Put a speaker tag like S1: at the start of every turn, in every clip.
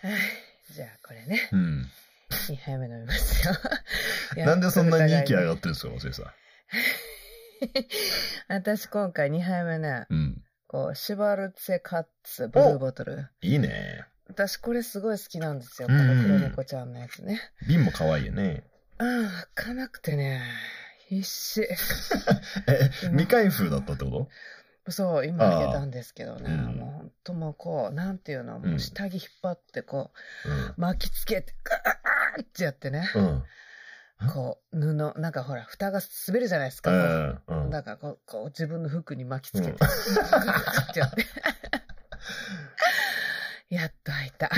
S1: はい。じゃあ、これね。
S2: うん。
S1: 2杯目飲みますよ。やっと
S2: なんでそんなに息
S1: お互
S2: 上
S1: いに
S2: がってるんですか、松井さん。
S1: 私今回2杯目ね、
S2: うん。
S1: こう、シュバルツェカッツブルーボトル。
S2: いいね。
S1: 私これすごい好きなんですよ。
S2: う
S1: こ
S2: ん
S1: の黒猫ちゃんのやつね。
S2: 瓶も可愛いよね。
S1: うん、開かなくてね、必死。
S2: え、
S1: うん
S2: 未開封だったってこと
S1: そう、今開けたんですけどね、
S2: ああうん
S1: もうほんともうこう、なんていうの、もう下着引っ張ってこう、巻きつけて、ガーってやってね、
S2: うん。うん。
S1: こう、布、なんかほら、蓋が滑るじゃないです
S2: う
S1: か。
S2: ん。うん。
S1: だからこう、こう自分の服に巻きつけて、
S2: うん
S1: ガーってやって。 やっと開いた。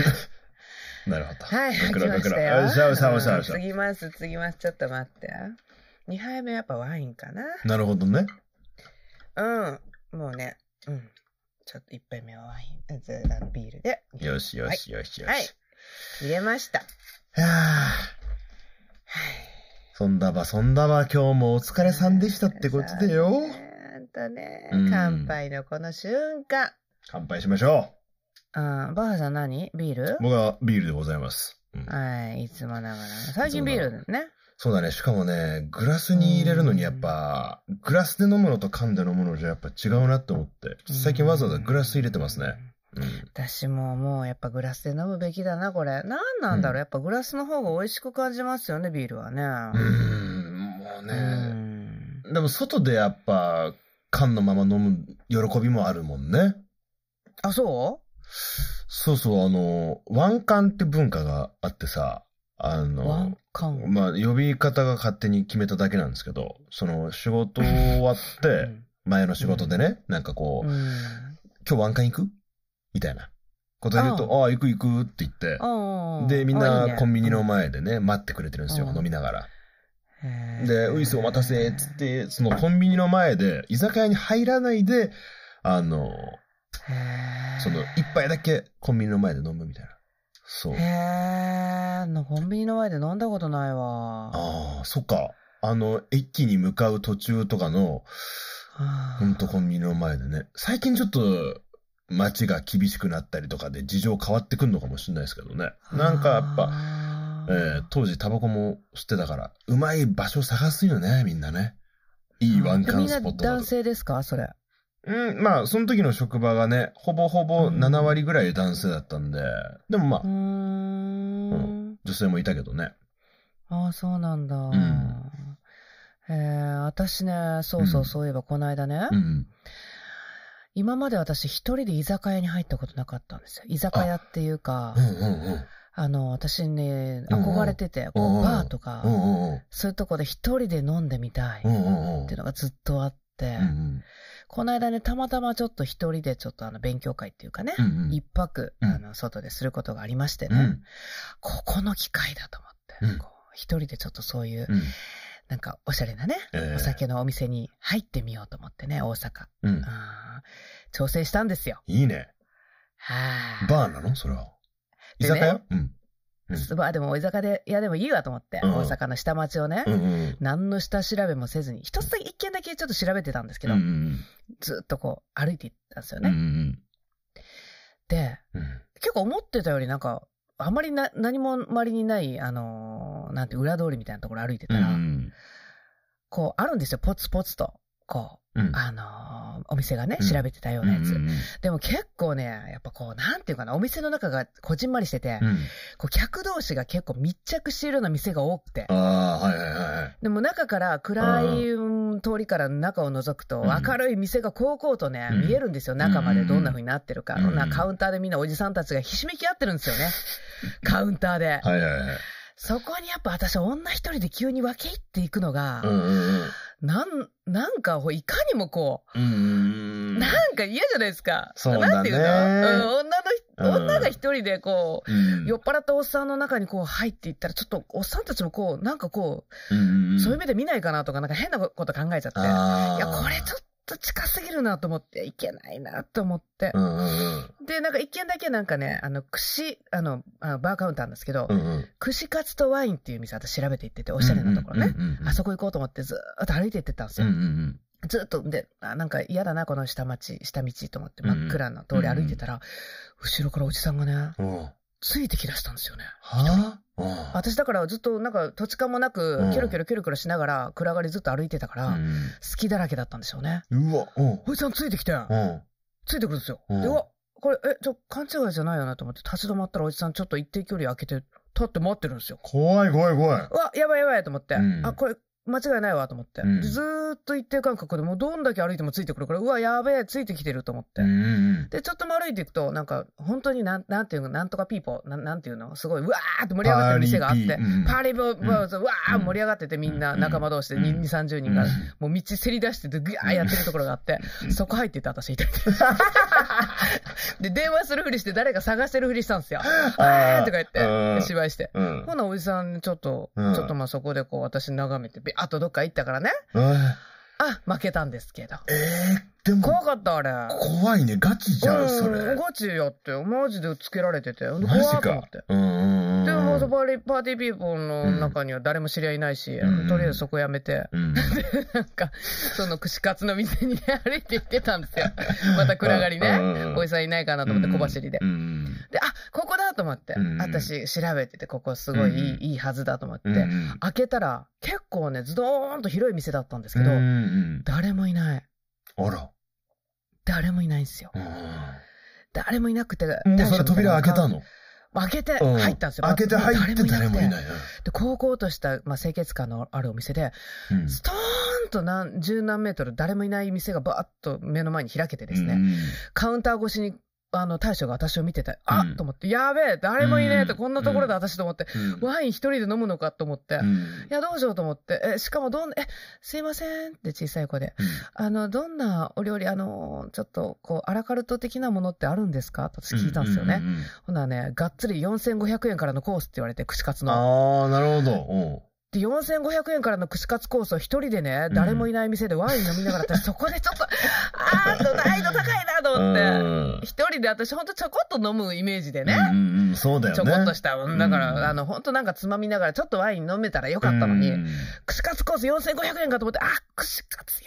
S2: なるほど。
S1: はい、
S2: ガ
S1: 開
S2: ク
S1: き
S2: ラ
S1: ま
S2: ガク
S1: した
S2: ラ。
S1: よ。
S2: あしゃぶしゃぶしゃぶしゃぶ
S1: 次ます、次ます。ちょっと待って。2杯目やっぱワインかな。
S2: なるほどね。
S1: うん。もうね、うん。ちょっと1杯目はワイン、ずあのビールで。
S2: よしよしよしよし。
S1: はい。入れました。はい
S2: いやーそんだばそんだば今日もお疲れさんでしたってことでよ。
S1: そうねほんとね
S2: うん、
S1: 乾杯のこの瞬間。
S2: 乾杯しましょ
S1: うん、バッハさん何ビール
S2: う。僕はビールでございます。うん
S1: はい、いつもながら。最近ビールね。
S2: そうだね。しかもね、グラスに入れるのにやっぱ、グラスで飲むのと缶で飲むのじゃやっぱ違うなって思って、最近わざわざグラス入れてますね。うん。
S1: 私ももうやっぱグラスで飲むべきだな、これ。なんなんだろう、
S2: うん
S1: やっぱグラスの方が美味しく感じますよね、ビールはね。
S2: うーん、もう
S1: う
S2: ね。
S1: ん
S2: でも外でやっぱ、缶のまま飲む喜びもあるもんね。
S1: あ、そ
S2: そうそう、あの、ワンカンって文化があってさ、あ
S1: うワ
S2: の
S1: ン、カン。
S2: まあ、呼び方が勝手に決めただけなんですけど、その、仕事終わっ
S1: う
S2: て、
S1: ん
S2: 前の仕事でね、なんかこう、
S1: うん
S2: 今日ワンカン行くみたいなこと言うと、ああ、行く行くって言って、
S1: あー
S2: で、みん
S1: あいい
S2: な
S1: ね
S2: コンビニの前でね、待ってくれてるんですよ
S1: う、ん
S2: 飲みながら。
S1: へー
S2: で、ウイスお待たせっつって、そのコンビニの前で、居酒屋に入らないで、あの、
S1: へー
S2: その、一杯だけコンビニの前で飲むみたいな。そう。
S1: へーのコンビニの前で飲んだことないわ
S2: ああ、そっか。あの、駅に向かう途中とかの、
S1: はあ
S2: ほんとコンビニの前でね。最近ちょっと、街が厳しくなったりとかで事情変わってくんのかもしれないですけどね。なんかやっぱ、
S1: あ
S2: え
S1: ー
S2: ー当時タバコも吸ってたから、うまい場所探すよね、みんなね。いいワンカンス
S1: み
S2: ポッ
S1: ん
S2: ト
S1: な
S2: だ
S1: 男
S2: と
S1: 性ですかそれ
S2: うん、まあ、その時の職場がね、ほぼほぼ
S1: うん
S2: 7割ぐらい男性だったんで、でもまあ
S1: うー、ん
S2: 女性もいたけどね。
S1: ああ、そうなんだ。
S2: ん
S1: えー、私ね、そうそう、そういえばこの間ね、
S2: うん。
S1: 今まで私一人で居酒屋に入ったことなかったんですよ。居酒屋っていうか
S2: うん、うんうん。
S1: あの、私ね、
S2: うんうん
S1: 憧れてて、こ
S2: うんう
S1: うんバーと
S2: うん
S1: か、
S2: うんうん。
S1: そういうとこで一人で飲んでみたいっ
S2: うんうんうん
S1: ていう。のがずっとあって
S2: う、ん
S1: この間ね、たまたまちょっと一人でちょっとあの、勉強会っていうかね
S2: う、ん。
S1: 一泊、
S2: うん
S1: あの、外ですることがありまして
S2: うんう
S1: ね
S2: ん、
S1: ここの機会だと思
S2: う
S1: って
S2: ん、
S1: こう一人でちょっとそういう
S2: う、ん。
S1: なんかおしゃれなね、
S2: えー
S1: お酒のお店に入ってみようと思ってね、大阪。
S2: うん。
S1: あー挑戦したんですよ。
S2: いいね。
S1: はい。
S2: バーなのそれは。居
S1: でね
S2: 酒屋うん。うん
S1: バーでもお居酒屋で、いやでもいいわと思って、
S2: うん
S1: 大阪の下町をね、
S2: うんうん。
S1: 何の下調べもせずに、一つだけ、一軒だけちょっと調べてたんですけ
S2: うん
S1: ど、
S2: うん
S1: ずっとこう歩いていったんですよ
S2: うん。う
S1: ね。
S2: ん
S1: で、
S2: うんうん。
S1: 結構思ってたよりなんか、あまりな、何も周りにない、あのーなんて裏通りみたいなところ歩いてた
S2: うんう
S1: ら、
S2: ん
S1: こうあるんですよ、ポツポツと。こ
S2: うん。う
S1: う、
S2: ん
S1: あのーお店がね、
S2: うん
S1: 調べてたよう
S2: うん
S1: な
S2: う
S1: やつ。
S2: ん
S1: でも結構ね、やっぱこう、なんていうかな、お店の中がこじんまりしてて、
S2: うん。
S1: こう客同士が結構密着しているような店が多くて
S2: あ、あ、はいはいはいはい。
S1: でも中から暗いうん通りから中を覗くと、
S2: うん
S1: 明るい店がこうこうとね、
S2: うん
S1: 見えるんですよ、中までどんな風になってるか。
S2: うん
S1: ほなカウンターでみんなおじさんたちがひしめき合ってるんですよね。カウンターで。
S2: はいはいはい。
S1: そこにやっぱ私女一人で急に分け入っていくのが
S2: う、んうんうん。
S1: なん、なんかこういかにもこう、
S2: うん。
S1: なんか嫌じゃないですか。
S2: そうだね
S1: なんていうの、うん、女の
S2: う
S1: ひ、
S2: ん
S1: 女が一人でこう、
S2: うん
S1: 酔っ払ったおっさんの中にこう入っていったら、ちょっとおっさんたちもこう、なんかこ
S2: うん
S1: う、そういう
S2: う
S1: 目で見ないかなとか、なんか変なこと考えちゃって、いや、
S2: ああ。
S1: これちょっと近すぎるなと思って、いけないなと思って
S2: う。んうん
S1: で、なんか一軒だけなんかね、あの、串、あの、あのバーカウンターなんですけど
S2: う、ん。うんうん。
S1: 串カツとワインっていう店、私調べていってて、おしゃれなところね。
S2: うんうんうん。
S1: あそこ行こうと思ってずーっと歩いていってたんです
S2: うん
S1: よ
S2: う。んうん。
S1: ずーっと、で、あなんか嫌だな、この下町、下道と思って真っ暗な通り歩いてたら、後ろからおじさんがね、
S2: うん。
S1: ずついてきだしたんですよね。
S2: はぁうん
S1: 私だからずっとなんか土地勘もな
S2: う
S1: く
S2: ん、
S1: キョロキョロキョロキョロしながら、暗がりずっと歩いてたから、好
S2: う
S1: きだらけだったんでしょうね。
S2: んうわ、うん。
S1: おじさんついてきて、
S2: うん。
S1: ついてくるんですよ。
S2: うん
S1: で、うわ、これ、え、ちょ、勘違いじゃないよなと思って、立ち止まったらおじさんちょっと一定距離開けて、立って待ってるんですよ。
S2: 怖い怖い怖い。
S1: うわ、やばいやばいと思って、
S2: うん
S1: あ、これ、間違いないわと思って、
S2: うん
S1: でずーっと一定間隔でもうどんだけ歩いてもついてくるから、うわ、やべえ、ついてきてると思って。
S2: うん
S1: で、ちょっとも歩いていくと、なんか、本当になん、なんていうの、なんとかピーポー、なんなんていうの、すごい、うわーって盛り上がってる店があって、パーリーブ、
S2: ん
S1: うわー
S2: うん
S1: 盛り上がっててみんな
S2: うん
S1: 仲間同士で
S2: う
S1: 2、
S2: ん
S1: 30
S2: う
S1: 人
S2: ん
S1: が、もう道せり出してて、ぐわーやってるところがあって
S2: う、ん
S1: そこ入ってた私 いて。で、電話するふりして誰か探してるふりしたんですよ。あーとか言って、芝居して。
S2: うん。
S1: ほな、おじさん、ちょっと、
S2: うん
S1: ちょっとまあそこでこう、私眺めて、ビあとどっか行ったからね。
S2: うん
S1: あ、負けたんですけど。
S2: えー、でも
S1: 怖、かった、あれ。
S2: 怖いね。ガチじゃん、それ。
S1: ガチやってよ。マジでつけられてて。怖
S2: マジ
S1: っと思
S2: か
S1: って。。
S2: うんうんうん。
S1: でも、パーティーパーティーピーポーの中には誰も知り合いいないし、
S2: うん
S1: とりあえずそこやめて、
S2: うん。
S1: なんか、その串カツの店に、ね、歩いて行ってたんですよ。 また暗がり
S2: う
S1: ね。
S2: んうんうん
S1: おじさんいないかなと思って、小走りで。
S2: うんうん
S1: で、あ、ここだと思って
S2: うん、
S1: 私調べてて、ここすごいいい,、
S2: うん
S1: いいはずだと思って、
S2: うんうん。
S1: 開けたら、結構ね、ズドーンと広い店だったんですけど、
S2: うんうん
S1: 誰もいない。
S2: うん。あら。
S1: 誰もいないんですよ。
S2: うん
S1: 誰もいなくて、
S2: もうそれ扉開けた
S1: の
S2: の
S1: 開けて
S2: うん
S1: 入ったんですよ。。
S2: 開けて入って誰もいないい。
S1: で、高々とした、まあ、清潔感のあるお店で、
S2: うん
S1: ストーンと何十何メートル誰もいない店がバーッと目の前に開けてですね、
S2: うん
S1: カウンター越しにあの大将が私を見てて、あ
S2: うん
S1: っと思って、やべえ、誰もいねえって、
S2: うん
S1: こんなところで私と思って、
S2: うん
S1: ワイン一人で飲むのかと思って、
S2: う
S1: い
S2: ん
S1: や、どうしようと思って、え、しかもどん、え、すいませんって小さい子で、あの、どんなお料理、あの、ちょっと、こう、アラカルト的なものってあるんですかと私聞いたんですよね。
S2: うううんうん
S1: ほなね、がっつり4500円からのコースって言われて、串カツの。
S2: ああ、なるほど。おう
S1: で、4500円からの串カツコースを一人でね
S2: う、ん
S1: 誰もいない店でワイン飲みながら、私そこでちょっと、あーっと、難易度高いなと思って。
S2: うん
S1: 一人で私ほんとちょこっと飲むイメージでね。
S2: うんうんうん、そうだよね。
S1: ちょこっとした。うんだから、
S2: うん
S1: あの、ほんとなんかつまみながら、ちょっとワイン飲めたらよ
S2: 良
S1: かったのに、
S2: うん
S1: 串カツコース4500円かと思って、あ、串カツ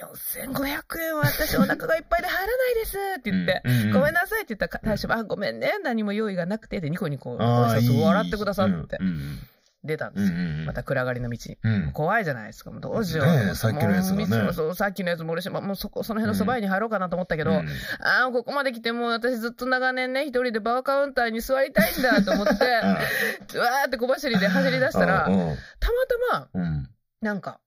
S1: 4500円は私お腹がいっぱいで入らないですって言って、
S2: うん
S1: ごめんなさいって言ったら大将が、あ、ごめんね、何も用意がなくて、で、ニコニコ、ご
S2: あー
S1: 挨
S2: い
S1: 拶
S2: い
S1: 笑ってくださって
S2: う、ん
S1: 出たんで
S2: うん
S1: す
S2: う
S1: よ。
S2: ん
S1: また暗がりの道に。
S2: うん
S1: 怖いじゃないですか、もうどうしよう
S2: ねえ
S1: と思て。
S2: さっきのやつがね
S1: もうそうそう、さっきのやつも俺し、まあもうそこ、その辺のそば屋に入ろうかなと思ったけど、
S2: うん
S1: ああ、ここまで来てもう私ずっと長年ね、一人でバーカウンターに座りたいんだと 思って、わーって小走りで走り出したら、た
S2: う
S1: ま
S2: ん
S1: たま、
S2: うん
S1: なんか、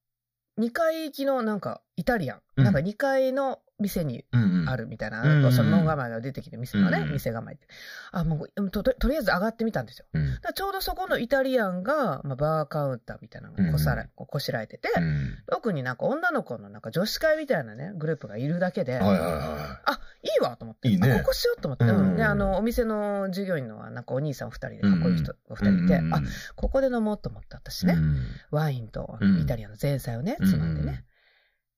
S1: 2階行きのなんか、イタリアン、
S2: うん
S1: なんか2階の店に
S2: うんうん
S1: あるみたいな、
S2: うん
S1: その門構えが出てきて、店のね、
S2: うん
S1: 店構えって。あ、もうと、ととりあえず上がってみたんですよ。
S2: うん
S1: だからちょうどそこのイタリアンが、まあ、バーカウンターみたいなのがこさら、
S2: うん
S1: こうこしらえてて、
S2: うん
S1: 特になんか女の子のなんか女子会みたいなね、グループがいるだけで、
S2: はいはいはい
S1: あ、いいわと思って。
S2: いいね
S1: あここしようと思って。
S2: うん
S1: うんで、あの、お店の従業員のなんかお兄さん二人で、かっこいい人が二人いて、
S2: うん
S1: あ、ここで飲もうと思って、私ね、
S2: うん
S1: ワインと
S2: うん
S1: イタリアの前菜をね、
S2: うん
S1: つまんでね、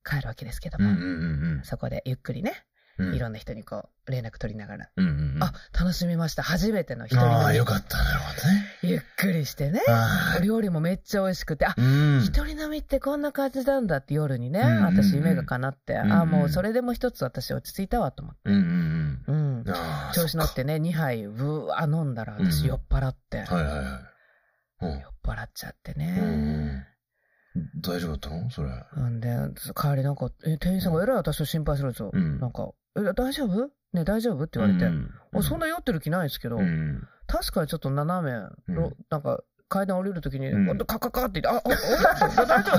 S1: 帰るわけですけど
S2: うん
S1: も、
S2: うん
S1: そこでゆっくりね、
S2: うんうん
S1: いろんな人にこう、連絡取りながら、
S2: うんうんうん
S1: あ、楽しみました。初めての一人
S2: あ
S1: 飲
S2: あ
S1: み
S2: よかったなるほどね
S1: ゆっくりしてね、
S2: あ
S1: お料理もめっちゃ美味しくて、あ
S2: あ、うん
S1: 一人飲みってこんな感じなんだって夜にね、
S2: うんうんうん
S1: 私夢が叶って、
S2: うんうん
S1: ああ、もうそれでも一つ私落ち着いたわと思って。
S2: うんうん
S1: うん
S2: うん。ああ
S1: 調子乗って
S2: ね
S1: ね、2杯、ぶわ飲んだら、私
S2: うん
S1: 酔っ払って、酔っ
S2: はいはいはいうん
S1: 払っちゃって
S2: うん
S1: ね。
S2: 大丈夫だったのそれ
S1: うんで、帰りなんか、え、店員さんがえらい私を心配するんですよ。
S2: うん
S1: なんか、え、大丈夫ね、大丈夫って言われて、あそんな酔ってる気ないですけど、
S2: うん
S1: 確かにちょっと斜め、ろ
S2: うん
S1: なんか、階段降りるときに、
S2: うん
S1: カカカって言って、あ、あ、あれ大丈夫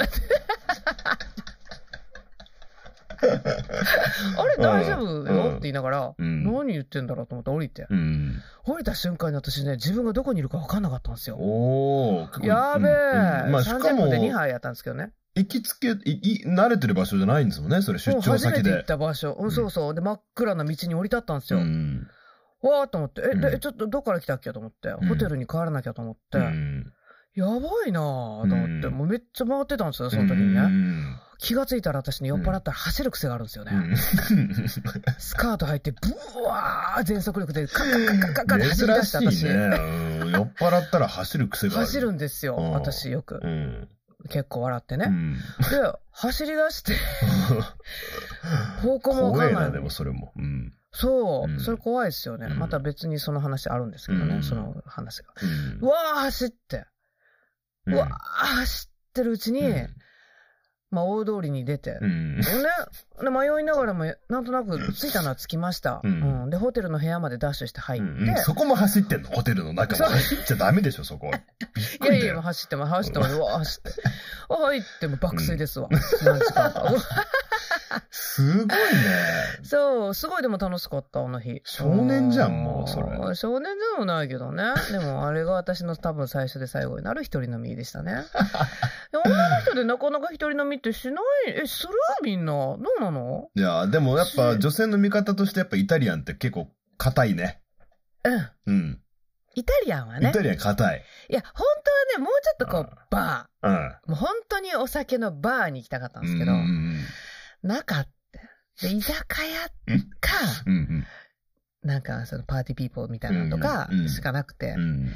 S1: あれ大丈夫よって言いながら、
S2: うん
S1: 何言ってんだろうと思って降りて。
S2: うん
S1: 降りた瞬間に私ね、自分がどこにいるか分かんなかったんですよ。
S2: おお
S1: やべえ、
S2: まあしか
S1: 3000
S2: も
S1: 分で2杯やったんですけどね。
S2: 行きつけいい慣れてる場所じゃないんですもんねそれ出
S1: もう
S2: 張
S1: 初め
S2: 先
S1: て行っ
S2: で
S1: た場所。うん、そうそう。で、真っ暗な道に降り立ったんですよ。
S2: うん
S1: わーっと思って、え、
S2: う
S1: で
S2: ん
S1: ちょっとどっから来たっけと思って、
S2: ん
S1: ホテルに帰らなきゃと思って、
S2: うん
S1: やばいなーと思って、
S2: うん
S1: もうめっちゃ回ってたんですよ、その時にね。
S2: うん
S1: 気がついたら私ね、酔っ払ったら走る癖があるんですよね。スカート履いて、ブワー全速力で、カッカッカッカッカッって走り出した
S2: 珍
S1: 私。
S2: しいねうん酔っ払ったら走る癖がある
S1: 走るんですよ、
S2: うん
S1: 私よく
S2: う。ん
S1: 結構笑って
S2: う
S1: ね。
S2: ん
S1: で、走り出して、方向もわ
S2: 怖
S1: か
S2: え
S1: んな
S2: ないでもそれもうん
S1: そう、
S2: うん
S1: それ怖いですよね。
S2: うん
S1: また別にその話あるんですけどね、
S2: うん
S1: その話が。
S2: うん
S1: うわー、走って、うわー、走ってるうちに、まあ大通りに出て、
S2: うんうん
S1: ね、で迷いながらも、なんとなく着いたのは着きました。
S2: う
S1: うんん、で、ホテルの部屋までダッシュして入っ
S2: う
S1: て、
S2: んうんそこも走ってんのホテルの中
S1: そ
S2: も
S1: う
S2: 走っちゃダメでしょそこ
S1: いやいや、走っても走っても、うわー走って。入っても爆睡ですわ。何時間かうわ
S2: すごいね
S1: そう、すごいでも楽しかった、あの日。
S2: 少年じゃんもうそれ
S1: ん少年でもないけどね。でも、あれが私の多分最初で最後になる一人飲みでした ね。で女の人でなかなか一人飲みってしない、え、するみんな。どうなの
S2: いやでもやっぱ女性の味方としてやっぱイタリアンって結構硬いね
S1: うん。
S2: うん
S1: イタリアンは
S2: イ
S1: ね
S2: タ。リアン硬い
S1: いや、本当はね、もうちょっとこう、バ
S2: うん
S1: ー。もう本当にお酒のバーに行きたかったんですけど、
S2: うんうん
S1: なかった。で、居酒屋か、
S2: うん
S1: なんかそのパーティーピーポーみたいなのとか
S2: うんうん
S1: しかなくて、
S2: うんうん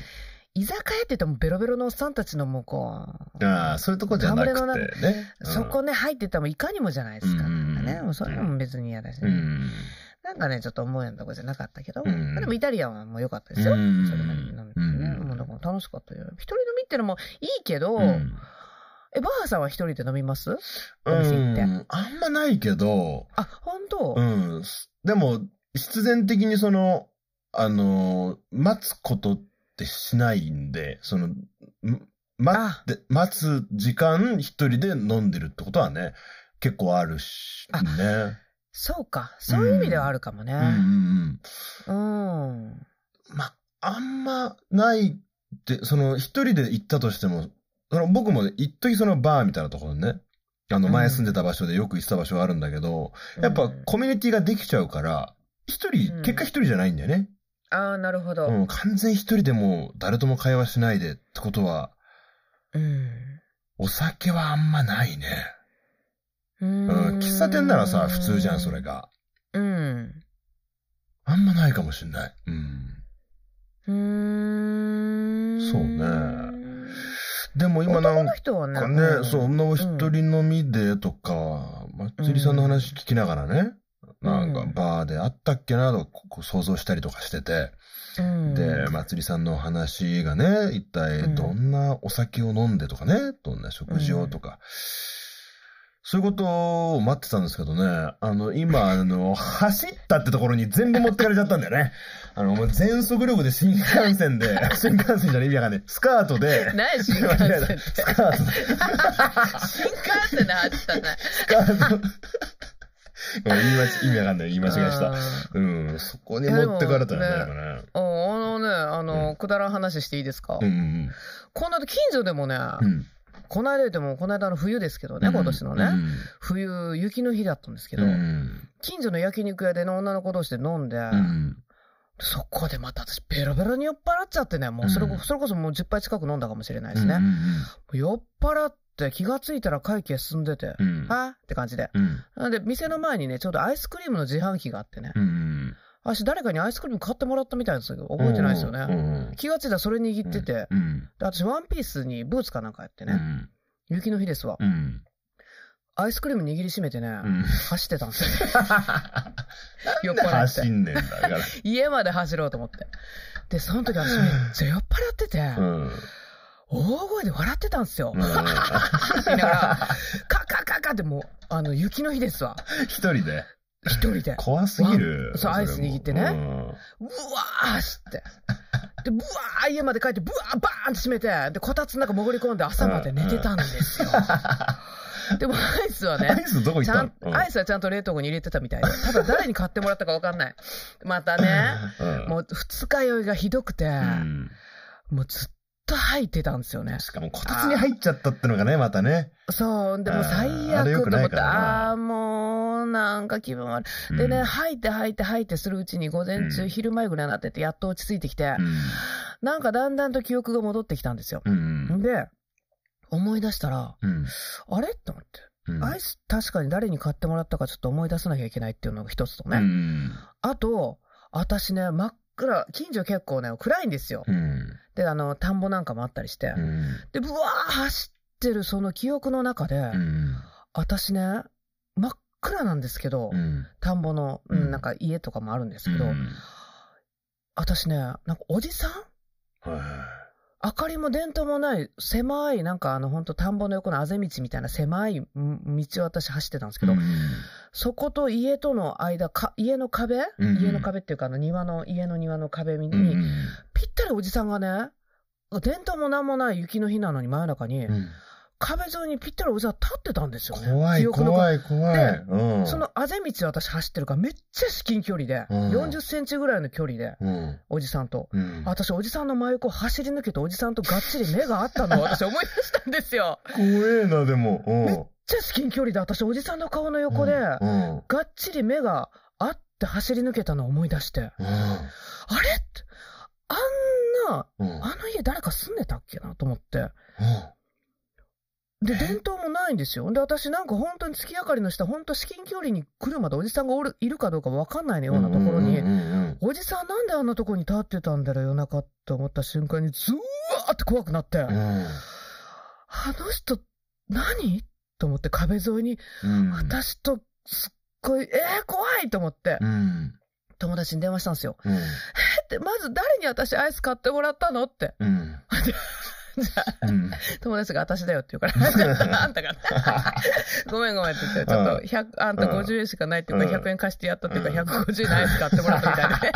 S1: 居酒屋って言ってもベロベロのおっさんたちのもうこう、
S2: ああそういうとこじゃなく
S1: ガムレ
S2: てね
S1: そこね、入ってったらもういかにもじゃないですか。
S2: うんうんうん
S1: なんかね、もうそういうのも別に嫌だし、
S2: うんうん
S1: なんかね、ちょっと思うようなとこじゃなかったけど、
S2: うんうん
S1: まあでもイタリアンはもう良かったで
S2: うん
S1: すよ。
S2: うん
S1: それなりに飲めてね、もうだから楽しかったよ。一人飲みってのもいいけど、
S2: うん
S1: え、バーさんは一人で飲みます
S2: う
S1: お店行って
S2: んあんまないけど
S1: あ、本当、
S2: うん。でも、必然的にその、あの、待つことってしないんで、その、ん待って、待つ時間一人で飲んでるってことはね、結構あるし、
S1: あ
S2: ね。
S1: そうか。そういう意味ではあるかもね。
S2: うんうんうん。
S1: うん。
S2: ま、あんまないって、その、一人で行ったとしても、その僕も一時そのバーみたいなところね、あの、前住んでた場所でよく行ってた場所があるんだけど、やっぱ
S1: うん
S2: コミュニティができちゃうから、一人、
S1: うん
S2: 結果一人じゃないんだよね。
S1: ああ、なるほど。
S2: うん、完全一人でもう誰とも会話しないでってことは、
S1: うん
S2: お酒はあんまないね。
S1: う
S2: うん、喫茶店ならさ、普通じゃん、それ。が。
S1: うん。
S2: あんまないかもしんない。うん。
S1: うーん。
S2: そうねでも今なん
S1: 男の人はね。
S2: かね、そう、
S1: ん。
S2: 女を一人飲みでとか、まつりさんの話聞きながらね、なんか
S1: うん
S2: バーであったっけなとかこう想像したりとかしてて、
S1: うん
S2: で、まつりさんのお話がね、一体どんなお酒を飲んでとかね、どんな食事をとか、そういうことを待ってたんですけどね、あの、今、あの、走ったってところに全部持ってかれちゃったんだよね。あの、もう全速力で新幹線で、 新幹線じゃねえ、意味わかんねえスカートで、
S1: 何新幹線
S2: 間違
S1: っ
S2: え
S1: て
S2: た。スカートで、
S1: 新幹線で走ったね。
S2: スカ ート。ごめん言い間違意味わかんない。言い間違えした。
S1: た。
S2: うん、そこに持ってかれたんだよね。なんかね
S1: あのね、あの、くだらん話していいですか、
S2: うん
S1: この間、近所でもね、
S2: うんうん。
S1: この間言っても、この間の冬ですけど
S2: う
S1: ね、
S2: ん
S1: 今年のね、
S2: うん
S1: 冬、雪の日だったんですけど、
S2: うん
S1: 近所の焼肉屋での女の子同士で飲んで、
S2: うん
S1: そこでまた私、ベロベロに酔っ払っちゃってね、もうそれ,、
S2: うん
S1: それこそもう10杯近く飲んだかもしれないです
S2: うん
S1: ね。
S2: うん
S1: 酔っ払って気がついたら会計進んでて、
S2: うん
S1: あって感じで。
S2: うん
S1: なんで、店の前にね、ちょうどアイスクリームの自販機があってね、
S2: うん
S1: 私、誰かにアイスクリーム買ってもらったみたいなんですけど、
S2: うん
S1: 覚えてないですよ
S2: うん
S1: ね。
S2: うん
S1: 気がついたらそれ握ってて、
S2: うん
S1: で私、ワンピースにブーツかなんかやって
S2: う
S1: ね、
S2: ん
S1: 雪の日ですわ。
S2: うん
S1: アイスクリーム握りしめてね、
S2: うん
S1: 走ってたんですよ。酔っ払っ
S2: 走
S1: て。
S2: んねんだから
S1: 家まで走ろうと思って。で、その時私めっちゃ酔っ払ってて、
S2: うん
S1: 大声で笑ってたんですよ。言いながら、
S2: う
S1: カカカカってもう、あの、雪の日ですわ。
S2: ん一人で
S1: 一人で。
S2: 怖すぎる
S1: そうアイス握ってね
S2: それも
S1: うわー走って。で、ぶわー家まで帰って、ぶわーバーンって閉めて、で、こたつの中潜り込んで朝まで寝てたんですよ。でもアイスは
S2: うんア
S1: ね
S2: イ、スどこ行っ
S1: ち
S2: た
S1: ゃ
S2: の
S1: ん、
S2: うん
S1: アイスはちゃんと冷凍庫に入れてたみたいで。ただ誰に買ってもらったかわかんない。またね、
S2: うん
S1: もう二日酔いがひどくて、
S2: うん
S1: もうずっと吐いてたんですよね。
S2: しかもこたつに入っちゃったってのがねまたね
S1: そう、で
S2: あー
S1: も最
S2: あれ良く
S1: 悪と
S2: な
S1: 思
S2: い
S1: って、
S2: からな
S1: ああー、もう、なんか気分悪い。でね、吐いて吐いて吐いてするうちに午前
S2: う
S1: 中、
S2: ん
S1: 昼前ぐらいになってて、やっと落ち着いてきて、なんかだんだんと記憶が戻ってきたんですよ。
S2: うんうん
S1: で、思い出したら、
S2: うん
S1: あれって思って、
S2: うん
S1: アイス確かに誰に買ってもらったかちょっと思い出さなきゃいけないっていうのが一つとね。
S2: うん
S1: あと、私ね、真っ暗、近所結構ね、暗いんですよ。
S2: うん
S1: で、あの、田んぼなんかもあったりして。
S2: うん
S1: で、ぶわー走ってるその記憶の中で、
S2: うん
S1: 私ね、真っ暗なんですけど、
S2: うん。
S1: 田んぼの、う、
S2: うんん
S1: なんか家とかもあるんです
S2: う
S1: けど、
S2: ん。
S1: 私ね、なんかおじさん
S2: はい。
S1: 明かりも電灯もない、狭い、なんかあの、本当田んぼの横のあぜ道みたいな狭いん道を私走ってたんですけど、
S2: うん
S1: そこと家との間、か家の壁、
S2: うんうん
S1: 家の壁っていうか、あの庭の、家の庭の壁に、
S2: うん
S1: ぴったりおじさんがね、電灯もなんもない雪の日なのに真夜中に、
S2: うん
S1: 壁沿いにぴったりおじさん立ってたんですよね。
S2: 怖い、
S1: 記憶の
S2: 怖い、怖い。
S1: で
S2: うん。
S1: そのあぜ道私走ってるからめっちゃ至近距離で、
S2: うん
S1: 40センチぐらいの距離で、
S2: うん、
S1: おじさんと。
S2: うん。
S1: 私、おじさんの真横を走り抜けて、おじさんとがっちり目が合ったのを 私思い出したんですよ。
S2: 怖えな、でも。うん
S1: めっちゃ至近距離で、私、おじさんの顔の横で、
S2: うん
S1: が
S2: うん
S1: っちり目が合って走り抜けたのを思い出して、あれってあんな、
S2: うんうん
S1: あの家誰か住んでたっけなと思って。で、
S2: え
S1: 電灯もないんですよ。で、私なんか本当に月明かりの下、本当至近距離に来るまでおじさんがおるいるかどうか分かんないようなところに、
S2: うんうんうんうん
S1: おじさんなんであんなとこに立ってたんだろう夜中って思った瞬間にズワーって怖くなって、あの人何と思って壁沿いに、
S2: うん
S1: 私とすっごい、えー、怖いと思って、
S2: うん
S1: 友達に電話したんですよ。
S2: うん
S1: で、まず誰に私アイス買ってもらったのって。
S2: うん
S1: じゃあ、
S2: うん
S1: 友達が私だよって言うから、あんたが、ごめんごめんって言って、ちょっと100、あんた50円しかないって言うから
S2: うん
S1: 100円貸してやったって言うから
S2: う
S1: 150円のアイス買ってもらったみたいで。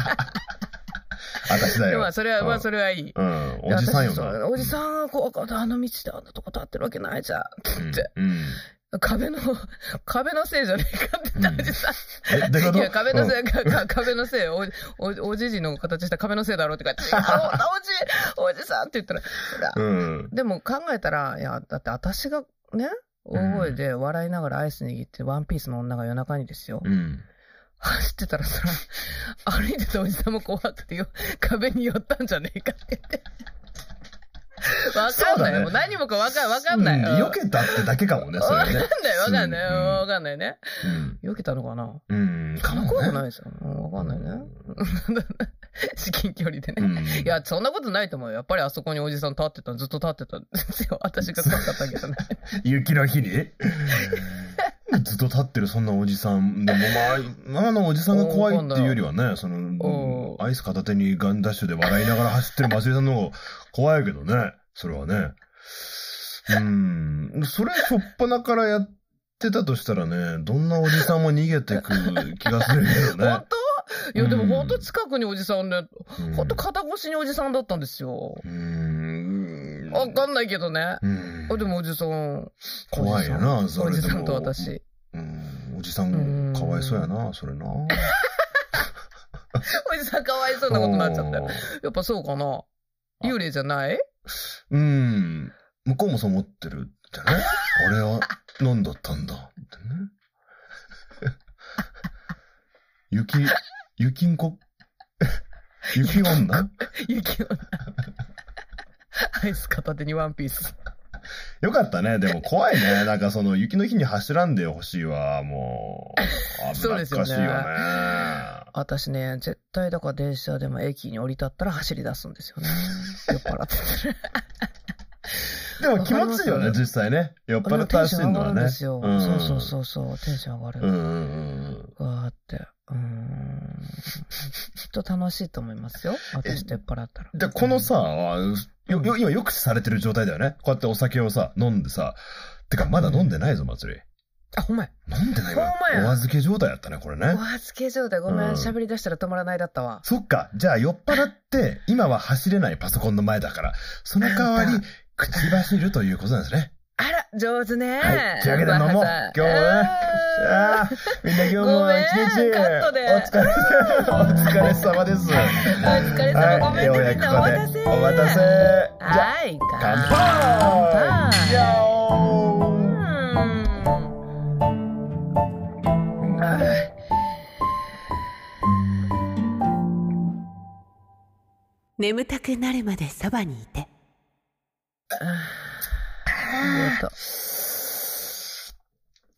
S2: 私だ
S1: で
S2: よ。
S1: まあ、それは、まあ、それはいい。
S2: うん、おじさんよ
S1: 私
S2: な。
S1: そうおじさんがこう、あの道であんなとこ立ってるわけないじゃんって言って、
S2: うん。うん
S1: 壁の、壁のせいじゃねえかって言ったおじさん。
S2: え、どういうこと
S1: いや、壁のせい、かか壁のせい、お、お、おじじの形した壁のせいだろうって書いて、 あお、おじ、おじさんって言ったら、ほら
S2: うん。
S1: でも考えたら、いや、だって私がね、大声で笑いながらアイス握って、ワンピースの女が夜中にですよ。
S2: うん。
S1: 走ってたらさ、歩いてたおじさんも怖くてよ、壁に寄ったんじゃねえかって言って。わかん
S2: そう
S1: ない。
S2: だね
S1: もう何もかわかん、わかんない。
S2: うん
S1: うん
S2: 避けたってだけかもね、
S1: わ
S2: そ
S1: か
S2: れ
S1: ん
S2: ね
S1: ない、。わかんない。
S2: うん
S1: わかんないね。避けたのかな
S2: うん。うん。
S1: かも怖くない
S2: い
S1: ですよ。うんわかんないね。 至近距離で
S2: う
S1: ね。
S2: ん。い
S1: いや、、そんなことないと思うよ。やっぱりあそこにおじさん立ってた、ずっと立ってたんですよ。私が怖かったけどね。
S2: 雪の日にずっと立ってるそんなおじさん。でもまあ、あのおじさんが怖いっていうよりはね、その
S1: お、ー
S2: アイス片手にガンダッシュで笑いながら走ってる松井さんの方が怖いけどね、それはね。うん。それ、しょっぱなからやってたとしたらね、どんなおじさんも逃げてく気がする けど ね
S1: 本。当いや、でも
S2: うん
S1: 本当近くにおじさんね、
S2: うん
S1: 本当肩越しにおじさんだったんですよ。
S2: うん。
S1: わかんないけどね。
S2: うん
S1: あ、でもおじさん。
S2: 怖いよな
S1: おじさん
S2: そ
S1: お
S2: れでも
S1: じさんと私。
S2: うんおじさん、かわいそうやな、それな。
S1: おじさんかわい そうなことになっちゃったよ。やっぱそうかな。
S2: あ
S1: 幽霊じゃない
S2: うん。向こうもそう思ってるじゃない 俺は何だったんだってね。 雪、雪んこ、 雪女
S1: 雪の。アイス片手にワンピース。
S2: よかったね。でも怖いね。なんかその雪の日に走らんでほしいわ。もう、危
S1: そう
S2: な
S1: で
S2: っ
S1: すよ
S2: か
S1: ね
S2: しいよね。
S1: 私ね、絶対だから電車でも駅に降り立ったら走り出すんですよ ね。酔っ払っててね。
S2: でも気持ちいいよね、実際ね。酔っ
S1: あ
S2: 払
S1: の
S2: って
S1: テンショ
S2: 走る
S1: ン
S2: の
S1: 上が
S2: は
S1: るん
S2: ね。
S1: ですよ。
S2: ん
S1: そうそうそうそう、テンション上がる。
S2: うんうんうんうん。
S1: わーって。うーん。きっと楽しいと思いますよ。私と酔っ払ったら。
S2: で、このさ、よ、よ、今抑止されてる状態だよね。こうやってお酒をさ、飲んでさ。てか、まだ飲んでないぞ、祭り。
S1: あ、ほんまや。
S2: 飲んでないわ
S1: ほんま。や
S2: お預け状態だったね、これね
S1: お。預け状態ごめん、
S2: うん
S1: 喋り出したら止まらないだったわ。
S2: そっか。じゃあ、酔っ払って、今は走れないパソコンの前だから、その代わ
S1: あん
S2: り、口走るということなんですね。
S1: あら、上手ね。
S2: はい。というわけで飲もう。今日もね。
S1: あ
S2: さあみんな今日も一
S1: ごめん
S2: 日、
S1: カットで
S2: お疲れ、お疲れ様です。
S1: ーお疲れ様、ご
S2: はい、
S1: めん
S2: よう
S1: ね、
S2: や
S1: みん
S2: く
S1: なお待た
S2: こ
S1: せ。
S2: こで、お待たせ。じゃあ
S1: はい、
S2: 乾
S1: 乾
S2: 杯じゃあ
S1: 杯うんあ
S3: 眠たくなるまでそばにいて
S1: ーよかっ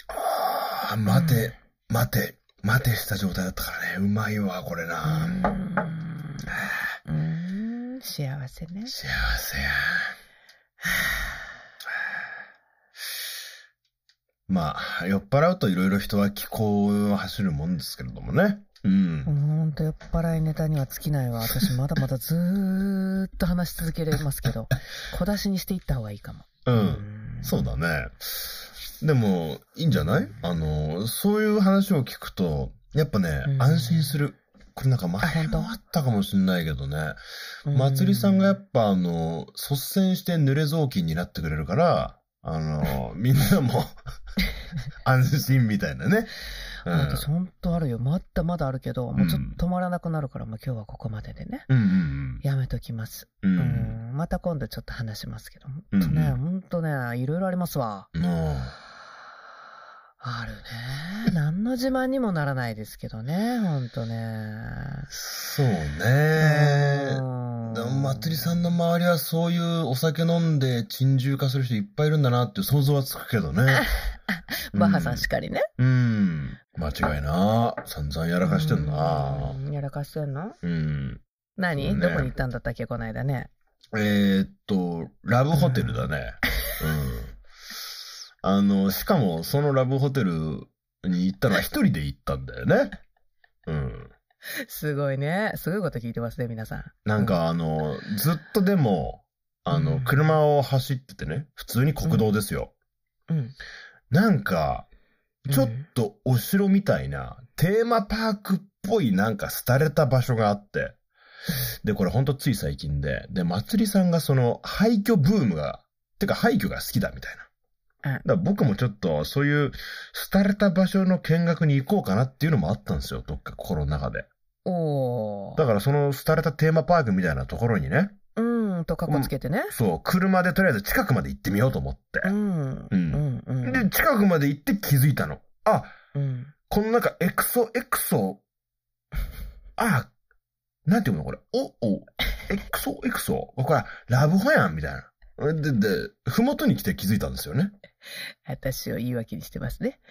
S2: あー待て、待て、待てした状態だったからね。うまいわ、これ
S1: た
S2: な。
S1: うーんうーん幸せね。
S2: 幸せや。まあ、酔っ払うといろいろ人は気候を走るもんですけれどもね。うん。
S1: ほんと酔っ払いネタには尽きないわ。私まだまだずーっと話し続けれますけ ど、小出しにしていった方がいいかも。
S2: うん。そうだね。でも、いいんじゃないあの、そういう話を聞くと、やっぱね、
S1: うん
S2: 安心する。これなんか前
S1: 本当
S2: もあったかもしれないけどね。
S1: うん。
S2: まつりさんがやっぱあの、率先して濡れ雑巾になってくれるから、あの、みんなも安心みたいなね。う
S1: あ
S2: ん
S1: 私ほんとあるよ。まだまだあるけど、もうちょっと止まらなくなるから、もう今日はここまででね。
S2: うん
S1: やめときます。
S2: うんうん。
S1: う
S2: うん
S1: ん。また今度ちょっと話しますけど。ほん
S2: うん
S1: とね、ほんとね、いろいろありますわ。
S2: も
S1: あるね。何の自慢にもならないですけどね、ほんとね。
S2: う、そうね。
S1: うん
S2: でもまつりさんの周りはそういうお酒飲んで沈重化する人いっぱいいるんだなって想像はつくけ どね。
S1: バッハさんしかりね。
S2: うん。間違いな。散々やらかしてんな
S1: う。んやらかしてんの
S2: うん。
S1: 何、
S2: そうね
S1: どこに行ったんだったっけこの間ね。
S2: えーっと、ラブホテルだね。うん。あの、しかもそのラブホテルに行ったのは一人で行ったんだよね。うん。
S1: すごいね。すごいこと聞いてますね、皆さん。
S2: なんかあの、ずっとでも、あ
S1: う
S2: の、
S1: ん
S2: 車を走っててね、普通に国道ですよ。
S1: うん。
S2: なんか、
S1: うん
S2: ちょっとお城みたいな、テーマパークっぽいなんか廃れた場所があって、で、これほんとつい最近で、で、まつりさんがその廃墟ブームが、てか廃墟が好きだみたい
S1: う
S2: な。
S1: ん
S2: だから僕もちょっとそういう廃れた場所の見学に行こうかなっていうのもあったんですよ、どっか心の中で。
S1: おお
S2: だ。からその廃れたテーマパークみたいなところにね、
S1: うんと、かっこつけてね。
S2: そう、車でとりあえず近くまで行ってみようと思って
S1: う。ん。
S2: う
S1: うんん。うん。
S2: で、近くまで行って気づいたの。あ、
S1: うん。
S2: このなんか、エクソ、エクソ、あ、なんていうのこれ、お、お、エクソ、エクソ、これ、ラブホやん、みたいな。で、で、ふもとに来て気づいたんですよね。
S1: 私を言い訳にしてますね。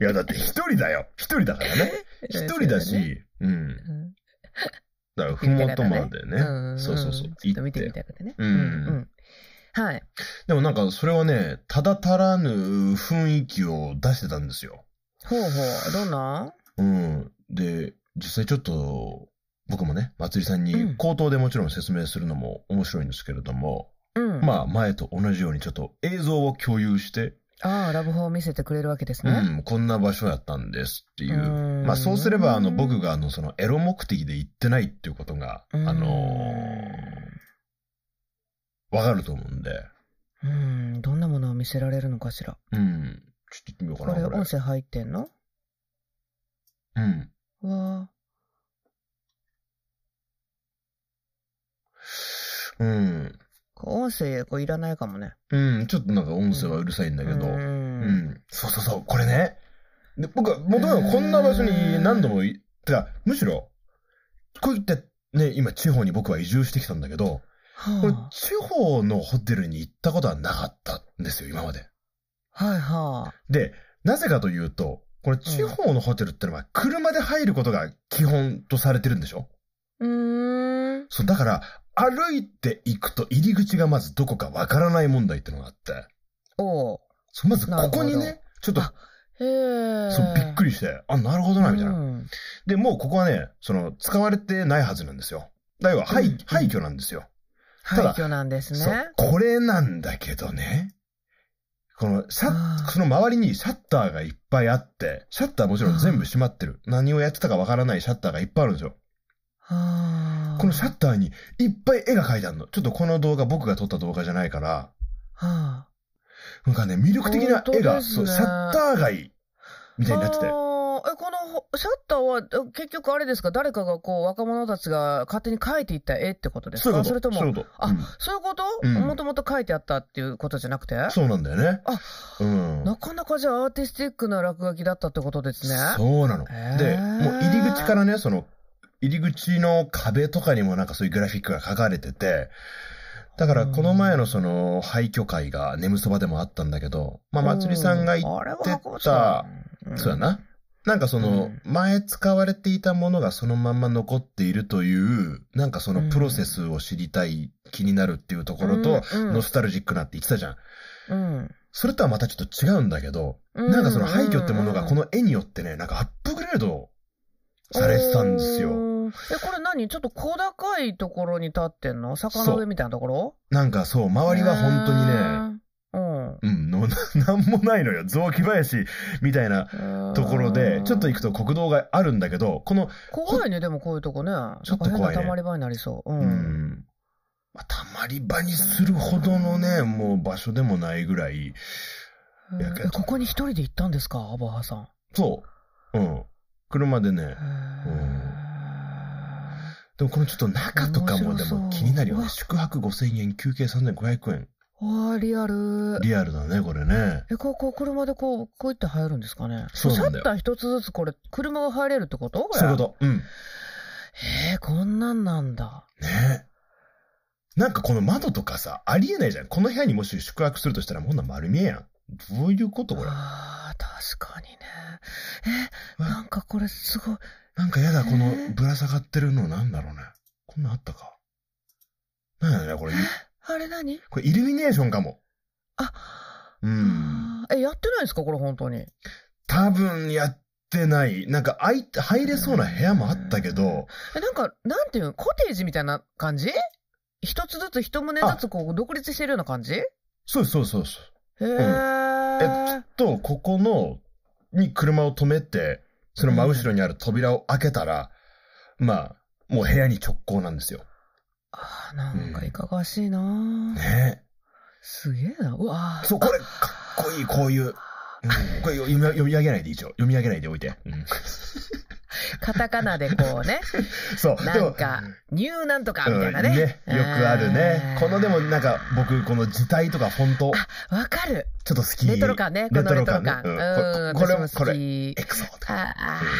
S2: いや、だって一人だよ。一人だか らね。一人だ
S1: そうね。
S2: し、うん。
S1: うん
S2: だから、ふもとまで
S1: うん
S2: ね。そうそうそう。
S1: ちょっと
S2: 行っ
S1: 見てみ
S2: て。
S1: たくてね。
S2: うん
S1: うん。はい。
S2: でもなんか、それはね、ただ足らぬ雰囲気を出してたんですよ。
S1: ほうほう。どんな
S2: うん。で、実際ちょっと、僕もね、まつりさん
S1: う
S2: に
S1: ん
S2: 口頭でもちろん説明するのも面白いんですけれども、
S1: うん。
S2: まあ前と同じようにちょっと映像を共有して、
S1: ああ、ラブホを見せてくれるわけです
S2: う
S1: ね。
S2: ん、こんな場所やったんですってい
S1: う
S2: う。
S1: ーん
S2: まあそうすれば、あの、僕があの、そのエロ目的で行ってないっていうことが、あ
S1: うん
S2: のーわかると思うんで、
S1: うん。どんなものを見せられるのかしら。
S2: うん。ちょっと行ってみようか
S1: こ
S2: な、
S1: れ、
S2: これ。
S1: 音声入ってんの
S2: うん。
S1: わあ。
S2: うん。
S1: こう音声、こういらないかもね。
S2: うん。ちょっとなんか音声はうるさいんだけど、
S1: う。
S2: うんん。そうそうそう、これね。で僕は、もともとこんな場所に何度もい、てか、むしろ、こういって、ね、今地方に僕は移住してきたんだけど、これ
S1: は
S2: 地方のホテルに行ったことはなかったんですよ、今まで。
S1: あ。はいは
S2: で、なぜかというと、これ地方のホテルってのは車で入ることが基本とされてるんでしょ
S1: あ。うーん。
S2: そう、だから、歩いて行くと入り口がまずどこかわからない問題ってのがあって、
S1: おう。
S2: そうまずここに
S1: なる
S2: ね、ちょっと、
S1: あへえ。
S2: そう、びっく
S1: り
S2: りして、あ、なるほどな、みたいな。
S1: うん。
S2: で、もうここはね、その、使われてないはずなんですよ。だから、廃、
S1: うん
S2: 廃墟なんですよ。た
S1: 廃
S2: だ
S1: 墟なんです
S2: そ
S1: ね
S2: う。。これなんだけどね。この、シャ
S1: あー
S2: その周りにシャッターがいっぱいあって、シャッターもちろん全部閉まってる。何をやってたかわからないシャッターがいっぱいあるんですよ。
S1: はあ。
S2: このシャッターにいっぱい絵が描いてあるの。ちょっとこの動画、僕が撮った動画じゃないから、
S1: はあ。
S2: なんかね、魅力的な絵
S1: 本当
S2: が、
S1: ですね
S2: そう、シャッター街みたいになってて
S1: は。あえ、このシャッターは、え結局あれですか誰かがこう、若者たちが勝手に描いていった絵ってことです
S2: そうい
S1: か
S2: うこと。
S1: それとも
S2: そうい、うこと。
S1: あ
S2: うん
S1: そういうこと
S2: うん
S1: もともと描いてあったっていうことじゃなくて
S2: そうなんだよね。
S1: あ
S2: うん。
S1: なかなかじゃあアーティスティックな落書きだったってことですね。
S2: そうなの。
S1: へー
S2: で、もう入り口からね、その、入り口の壁とかにもなんかそういうグラフィックが書かれてて、だからこの前のその廃墟会が眠そばでもあったんだけど、まあ、まつりさんが
S1: うん
S2: 行っ
S1: あれは
S2: て
S1: 箱
S2: た
S1: さん、
S2: そうだな。なんかその、前使われていたものがそのまんま残っているという、なんかそのプロセスを知りたい、気になるっていうところと、
S1: うん
S2: ノスタルジックなって言ってたじゃん。
S1: うん
S2: それとはまたちょっと違うんだけど、
S1: うん
S2: なんかその廃墟ってものがこ
S1: の
S2: の絵によってね、なんかアップグレードされてたんですよ。
S1: え、これ何ちょっと小高いところに立ってんの坂の上みたいなところ
S2: なんかそう、周りは本当にね、
S1: 当にね。
S2: うん、のななんもないのよ。雑木林みたいな
S1: うん。
S2: ところで、ちょっと行
S1: く。
S2: くと国道があるんだけど、この、
S1: 怖いね、でもこういうとこね。
S2: ちょっと怖い
S1: な
S2: ね
S1: んか変な溜まり場になりそう。う。
S2: うんん、まあたまり場にするほどのね、もう場所でもないぐらい、
S1: うん
S2: やけど
S1: えここに一人で行ったんですかアバハさん。
S2: そう、うん、車でね、でもこのちょっと中とかも
S1: 面
S2: で
S1: 白そう
S2: も気になるよ
S1: う
S2: ね。
S1: わ
S2: 宿泊5000円、休憩3500円。
S1: わあ、リアル。
S2: リアルだね、これね。
S1: え、こう、こう、車でこう、こういって入るんですかね。
S2: そうなん
S1: シ
S2: だよ
S1: ャッター一つずつこれ、車が入れるってことこれ
S2: そういうこと。うん。
S1: えー、こんなんなんだ。
S2: ねなんかこの窓とかさ、ありえないじゃん。この部屋にもし宿泊するとしたら、もうこんなん丸見えやん。どういうことこれ。
S1: ああ、確かにね。え、なんかこれすごい。
S2: なんかやだ、この
S1: え
S2: ぶら下がってるのなんだろうね。こんなんあったか。なんや ね、これ。
S1: あれ何
S2: これイルミネーションかも。
S1: あ、
S2: うん。
S1: あーえ、やってないんですかこれ本当に。
S2: 多分やってない。なんかあい入れそうな部屋もあったけど、
S1: え、なんか、なんていうのコテージみたいな感じ一つずつ一棟ずつこう、独立してるような感じへ
S2: そうそうそうそう。
S1: え、
S2: え、きっと、ここの、に車を止めて、その真後ろにある扉を開けたら、まあ、もう部屋に直行なんですよ。
S1: あーなんかいかがわしいなー、
S2: ね
S1: すげえな。うわー
S2: そう、これ、かっこいい、こういう。うん、これ読み読み上げないで一応。読み上げないでおいて。うん、
S1: カタカナでこうね、
S2: そう。で
S1: なん
S2: も
S1: か、ニューなんとか
S2: う
S1: み
S2: ん
S1: たいなね。
S2: ね。よくあるね。このでもなんか、僕、この字体とかフォント、
S1: あー。わかる。
S2: ちょっと好き。
S1: レトロ感ね。このレトロ感。
S2: レトロ
S1: うん、
S2: ねうんこれ、
S1: 私も好
S2: これ、これ
S1: き。
S2: エクソと
S1: あ
S2: か。
S1: ーあ
S2: う
S1: ー、
S2: ん
S1: これね、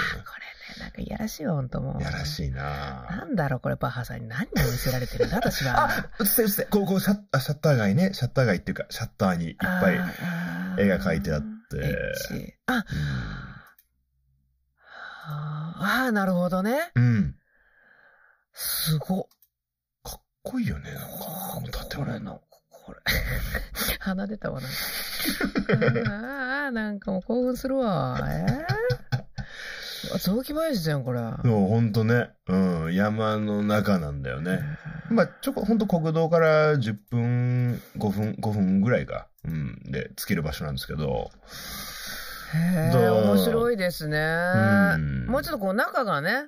S1: なんかいやらしいわ、ほんともう。
S2: やらしいな
S1: なんだろう、これ、バッハさんに何を見せられてるんだ、私は。
S2: あ、うつせうつせ。こう、こうシャッ、あシャッター街ね。シャッター街っていうか、シャッターにいっぱい。うん
S1: ぱ
S2: 絵が描いてあって
S1: ああー、なるほどね。
S2: うん。
S1: すごっ。
S2: かっこいいよね。なんか、
S1: こ
S2: この建
S1: これ
S2: 物。
S1: の、これ。 鼻出たわ、なんか。ああ、なんかもう興奮するわ。えー、うわ雑木林じゃん、これ。
S2: そう、ほんとね。うん。山の中なんだよね。まあ、ちょこ、ほんと国道から10分、5分、5分ぐらいか。うん。で、つける場所なんですけど。
S1: へえ、
S2: どう
S1: 面白いですね。
S2: うん
S1: もうちょっとこう中がね、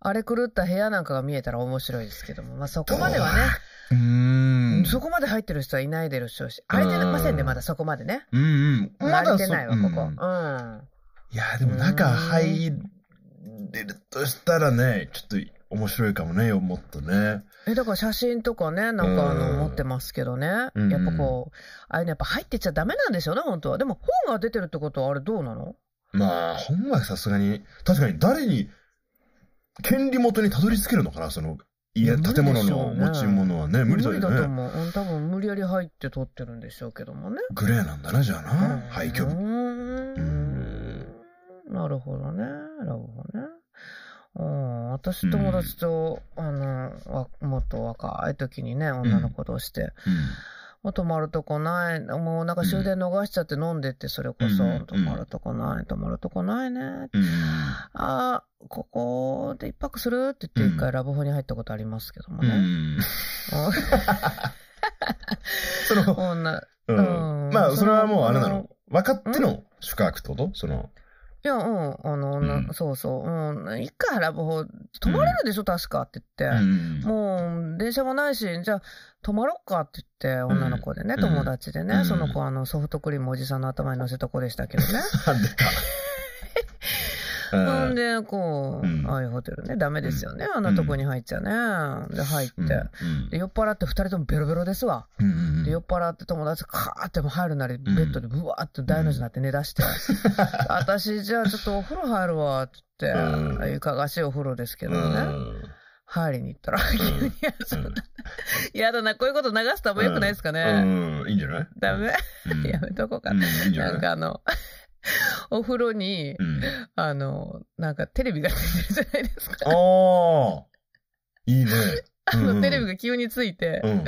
S1: あれ狂った部屋なんかが見えたら面白いですけども、まあそこまではね、
S2: うーん。
S1: そこまで入ってる人はいないでるっしょうし、あれてませんね、
S2: うん
S1: まだそこまでね。
S2: うんうん。
S1: ま
S2: そ
S1: だてないわ、ここ。
S2: うん
S1: うん。
S2: いや、でも中入れるとしたらね、ちょっと面白いかもね、もっとね。
S1: え、だから写真とかね、なんかあの、
S2: うん
S1: 持ってますけどね。やっ
S2: うん
S1: ぱこう、ああいうのやっぱ入ってっちゃダメなんでしょうね、本当は。でも本が出てるってことはあれどうなの
S2: まあ、本はさすがに、確かに誰に、権利元にたどり着けるのかな、その、
S1: いや
S2: 家、
S1: 無理
S2: 建物
S1: でしょう
S2: の
S1: ね
S2: 持ち物はね、無理だ
S1: と
S2: よね。
S1: 思う。うん、多分無理やり入って撮ってるんでしょうけどもね。
S2: グレーなんだな、じゃあな、
S1: うん
S2: 廃墟
S1: う
S2: も。
S1: ーん。なるほどね。なるほどね。うん、私友達と、あのわ、もっと若い時にね、女の子として、もう泊まるとこない、もうなんか終電逃しちゃって飲んでって、それこそ、
S2: うん
S1: 泊まるとこない、泊まるとこないね。
S2: うん。うん
S1: あーここで一泊するって言って、一回ラブホに入ったことありますけども
S2: う
S1: ね。
S2: ん。その、
S1: 女、
S2: うん
S1: うん
S2: まあ、それはもうあれな
S1: うん
S2: の。分かっての宿泊ってことその、
S1: いや、うん、あの、女
S2: うん
S1: そうそう、うん、一回ラブホ、泊まれるでしょ、確かって言って。
S2: ん
S1: もう、電車もないし、じゃあ、泊まろっかって言って、女の子でね、
S2: うん
S1: 友達でね、
S2: うん
S1: その子、あの、ソフトクリームおじさんの頭に乗せた子でしたけどね。
S2: なんでか。
S1: ほん
S2: で、
S1: で、こう、
S2: うん
S1: ああいうホテルね、ダメですよね。あんなとこに入っちゃね。で、入って。
S2: うん
S1: で、酔っ払って二人ともベロベロですわ。
S2: うんうんうん
S1: で、酔っ払って友達カーってもう入るなり、ベッドでブワーって大の字になって寝だして。私、じゃあちょっとお風呂入るわ、って言って、
S2: うん
S1: いかがしいお風呂ですけど
S2: う
S1: ね。
S2: ん
S1: 入りに行ったら、 急に、いやそんなやだな、こういうこと流すとあんま良くないですかね。
S2: うん、いいんじゃない
S1: ダメ、
S2: うん
S1: やめとこうか
S2: う。んいいんじゃ
S1: なん
S2: ない
S1: かあの、 お風呂に
S2: う、ん。
S1: あの、なんかテレビがついてるじゃないですか。
S2: ああ。いいね。
S1: あ
S2: うんう
S1: の
S2: ん
S1: テレビが急について、
S2: うん。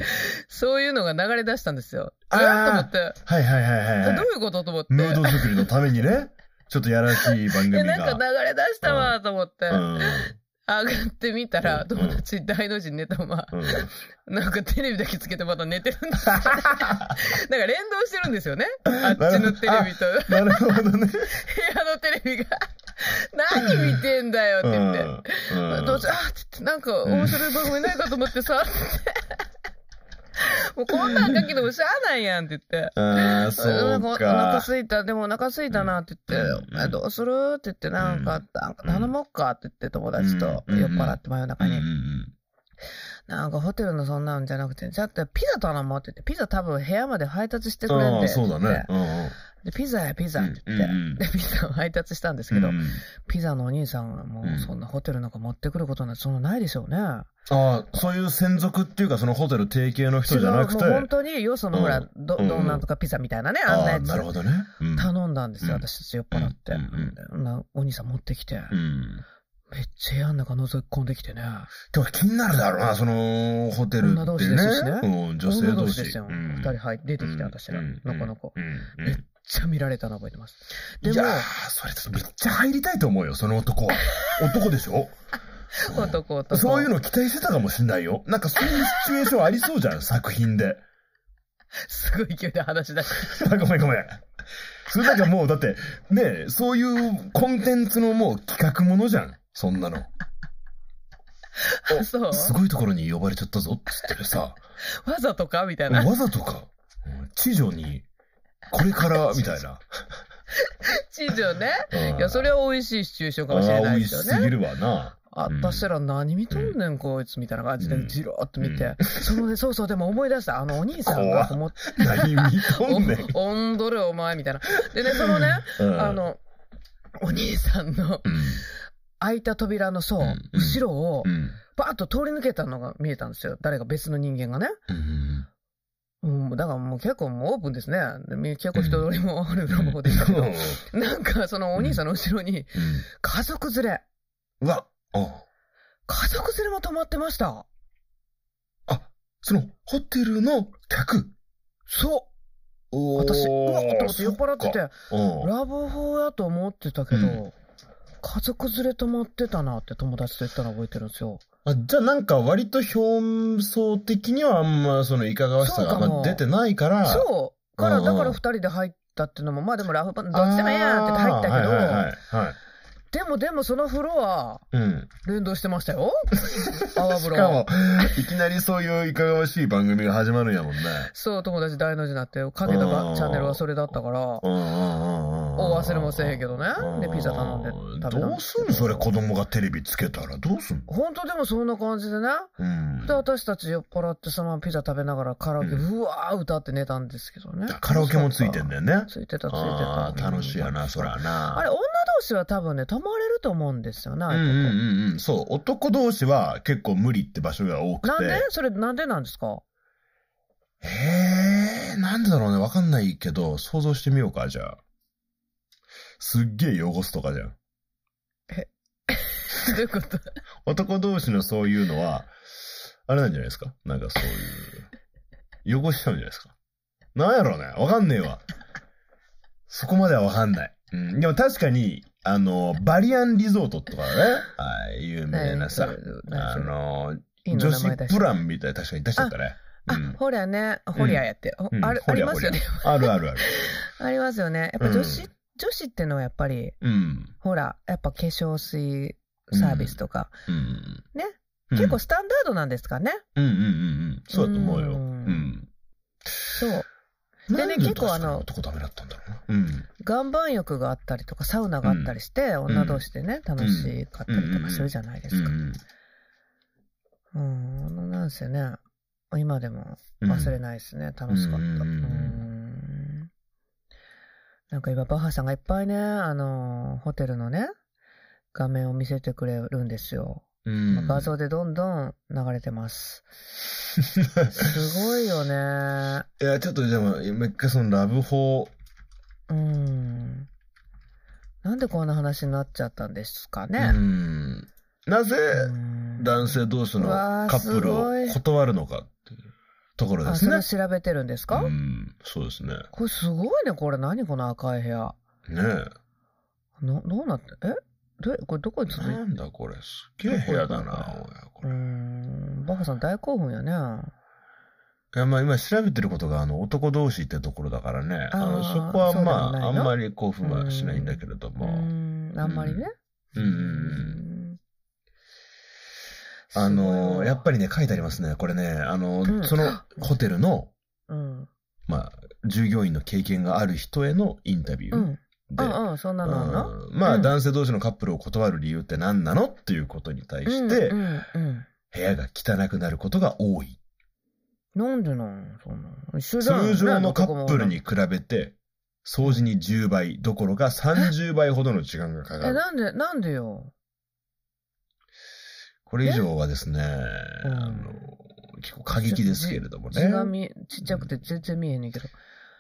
S1: そういうのが流れ出したんですよ。
S2: あー
S1: えーと思って、
S2: はいはいはいはい
S1: どう
S2: はい。
S1: いうことと思って。
S2: ムード作りのためにね、ちょっとやらしい番組が。
S1: え、なんか流れ出したわと思って、
S2: うん。
S1: 上がってみた
S2: う
S1: ら、
S2: ん
S1: 友達大の字に寝たま ま、
S2: うん。
S1: なんかテレビだけつけてまた寝てるんですよ なんか連動してるんですよね。あっちのテレビと、部
S2: なるほど ね。
S1: 屋のテレビが。何見てんだよって言って。
S2: うん。
S1: どうせ、あーって言って、なんか面白い番組ないかと思ってさ、もうこんなん書きでもしゃあないやんって言って。
S2: ああ、そ
S1: なんかお
S2: う
S1: 腹
S2: か。
S1: すいた、でもお腹すいたなって言って、
S2: うん
S1: えどうするって言って、なんか、なんか頼もうかって言って、友達と
S2: うん
S1: 酔っ払って真夜中
S2: うん
S1: に、
S2: うん
S1: なんかホテルのそんなんじゃなくて、ちょっとピザ頼もうって言って、ピザ多分部屋まで配達して
S2: う
S1: く
S2: ん。
S1: れん
S2: あ
S1: で
S2: あ、そうだね。うん
S1: で、ピザやピザって言って、
S2: うんうんうん
S1: で、ピザを配達したんですけ
S2: うん。
S1: ど、
S2: うん
S1: ピザのお兄さんはもうそんなホテルなんか持ってくることなんてそんなないでしょうね。
S2: ああ、そういう専属っていうか、そのホテル提携の人じゃなくて。
S1: 違うもう本当によそのほら、
S2: うん
S1: ど
S2: うん
S1: どんなんとかピザみたいなね、あん
S2: あ
S1: な
S2: あ、
S1: やつ
S2: なるほどね。うん。
S1: 頼んだんですよ、
S2: うん
S1: 私たち酔っ払って。
S2: うんうん
S1: なお兄さん持ってきて、
S2: うん。
S1: めっちゃ部屋の中覗き込んできてね。
S2: でも気になるだろうな、その、ホテル
S1: 女
S2: っ
S1: 同
S2: て
S1: 士ですしね
S2: ね。うん、女性
S1: 女
S2: 同
S1: 同
S2: 士。
S1: 士ですよ。二、
S2: うん
S1: 人はい出てきて、私ら、
S2: うん
S1: なかなか。
S2: うんうん
S1: めっちゃ見られたの覚えてます。で
S2: い
S1: も
S2: や、ーそれちょっとめっちゃ入りたいと思うよ、その男 は。男でしょ
S1: 男男。
S2: そういうの期待してたかもしんないよ。なんかそういうシチュエーションありそうじゃん、作品で。
S1: すごい勢いで話し出して。
S2: あ ごめんごめん。それだけもう、だって、ねえそういうコンテンツのもう企画ものじゃん、そんなの。
S1: あ そう
S2: すごいところに呼ばれちゃったぞ、つってさ。
S1: わざとかみたいな。
S2: わざとか、うん地女に、これから、みたいな。
S1: 地上ね。
S2: うん
S1: いや、それは美味しいシチュエーションかもしれないですよ
S2: あー美味しすぎ
S1: ね。
S2: るわな。
S1: あ
S2: うん
S1: 私ら何見とんねん、こいつみたいな感じで
S2: うん
S1: じろーっと見て、
S2: うん
S1: そのね、そうそう、でも思い出した、あのお兄さんが思って、
S2: 何見とんねん。
S1: おおんどれお前みたいな。でね、そのね、
S2: うん
S1: あ、の、お兄さんの
S2: うん
S1: 開いた扉のそう、
S2: うん
S1: 後ろを
S2: う、ん。
S1: バーッと通り抜けたのが見えたんですよ。誰か別の人間がね。
S2: うん
S1: うん、だからもう結構もうオープンですね。でみ結構人通りもある方でしたけ
S2: うん
S1: ど、なんかそのお兄さんの後ろに、家族連れ、
S2: うわ、あ、
S1: 家族連れも泊まってました。
S2: あ、その、ホテルの客。
S1: そう
S2: お
S1: 私、うわっと思って酔っ払ってて、
S2: うん。
S1: ラブホやと思ってたけど、
S2: うん
S1: 家族連れ泊まってたなって友達と言ったら覚えてるんですよ。
S2: あじゃあなんか割と表層的にはあんまそのいかがわしさがあんま出てないから。
S1: そうから、
S2: うんうん
S1: だから二人で入ったっていうのも、まあでもラブホ、どっちでもええやんって入ったけど、
S2: あーはいはいはいはい。
S1: でもでもそのフロア、
S2: うん。
S1: 連動してました よ。泡
S2: し
S1: 風
S2: か
S1: 呂
S2: も。、 いきなりそういういかがわしい番組が始まるんやもんね。
S1: そう、友達大の字になって、かけた
S2: う
S1: ば
S2: ん
S1: チャンネルはそれだったから、
S2: うんうんうんうんうん。
S1: お忘れもせえへんけどねでピザ頼んで食べたんですけど
S2: どうすんのそれ子供がテレビつけたらどうすんの
S1: 本当でもそんな感じでね。
S2: うん
S1: で、私たち酔っ払ってそのままピザ食べながらカラオケ、
S2: う
S1: うわー歌って寝たんですけどね。
S2: カラオケもついてんだよね。
S1: ついてた、ついて
S2: ああ、
S1: た。
S2: 楽しいやな、そらな。
S1: あれ、女同士は多分ね、泊まれると思うんですよね、ああ
S2: う
S1: い
S2: ん
S1: うとこ
S2: うんうんうん。そう、男同士は結構無理って場所が多く
S1: なん
S2: て。
S1: でそれなんでなんですか
S2: えー、なんでだろうね、わかんないけど、想像してみようか、じゃあ。すっげえ汚すとかじゃん。
S1: どういうこと
S2: 男同士のそういうのは、あれなんじゃないですかなんかそういう。汚しちゃうんじゃないですかなんやろうねわかんねえわ。そこまではわかんない。うん。でも確かに、あの、バリアンリゾートとかね、はい、有名なさ、あの、女子プランみたいな確かに出しちゃったね。う
S1: あ
S2: ん、。
S1: ほりゃね、ほりゃやって。
S2: うん
S1: ある
S2: ほ
S1: あ
S2: り
S1: り
S2: ゃ
S1: ますよね。
S2: あるあるある。
S1: ありますよね。やっぱ女子、女子ってのはやっぱり、
S2: うん。
S1: ほら、やっぱ化粧水サービスとか、
S2: うん。
S1: ね
S2: うん
S1: 結構スタンダードなんですかね。
S2: うんうんうんうん。そうだと思うよ。う
S1: うん
S2: ん。
S1: そう。
S2: で
S1: ね結構あの
S2: 男ダメだったんだろうな。うん。
S1: 岩盤浴があったりとか、サウナがあったりして、女同士でね、楽しかったりとかするじゃないですか。うん、あのなんですよね。今でも忘れ
S2: い。
S1: ないですね。楽しかった。う
S2: うんうんうんうん
S1: ん。なんか今、バッハさんがいっぱいね、あの、ホテルのね、画面を見せてくれるんですよ。
S2: うん。
S1: 画像でどんどん流れてます。すごいよね。
S2: いや、ちょっとでも、もう一回そのラブホ
S1: うん。なんでこんな話になっちゃったんですか
S2: う
S1: ね。
S2: ん。なぜ、
S1: うん
S2: 男性同士の
S1: うわー
S2: カップ
S1: す
S2: ル
S1: ごい
S2: を断るのかっていうところで
S1: あ、
S2: す
S1: それ
S2: ね
S1: を。調べてるんですか、
S2: うん、そうですね。
S1: これすごいね、これ。何この赤い部屋。
S2: ね
S1: のどうなって、えどれこれどこ
S2: え。
S1: に続いて
S2: なんだこれ、すげえ部屋だな、おいこ
S1: うー
S2: れ。
S1: ん、バッハさん大興奮やね。
S2: いや、まあ今調べてることが、あの、男同士ってところだからね。あの、
S1: あー
S2: そこは
S1: そうでも
S2: ま
S1: ない
S2: あ、
S1: の
S2: あんまり興奮はしないんだけれど
S1: うー
S2: も。
S1: ん、あんまりね。
S2: うんうんうん。
S1: ん
S2: あの、やっぱ
S1: り、
S2: りね、書いてありますね。これね、あ
S1: う
S2: の、
S1: ん
S2: そのホテルの、
S1: うん、
S2: まあ、従業員の経験がある人へのインタビュ
S1: う
S2: ー
S1: ん、
S2: で、
S1: うん、うん、そんなのあんの
S2: うんまあ、
S1: うん
S2: 男性同士のカップルを断る理由って何なのっていうことに対して、
S1: うんうんうん
S2: 部屋が汚くなることが多い。
S1: なんでなんそんなの一緒じゃん
S2: 通常のカップル。に
S1: ね
S2: 比べて、掃除に10倍どころか30倍ほどの時間がか
S1: 男も女も
S2: か
S1: え、
S2: る。
S1: なんで、なんでよ。
S2: これ以上はですね、あ
S1: うん
S2: の、結構過激ですけれども
S1: 字
S2: ね。
S1: が見えちっちゃくて全然見えへんねんけど。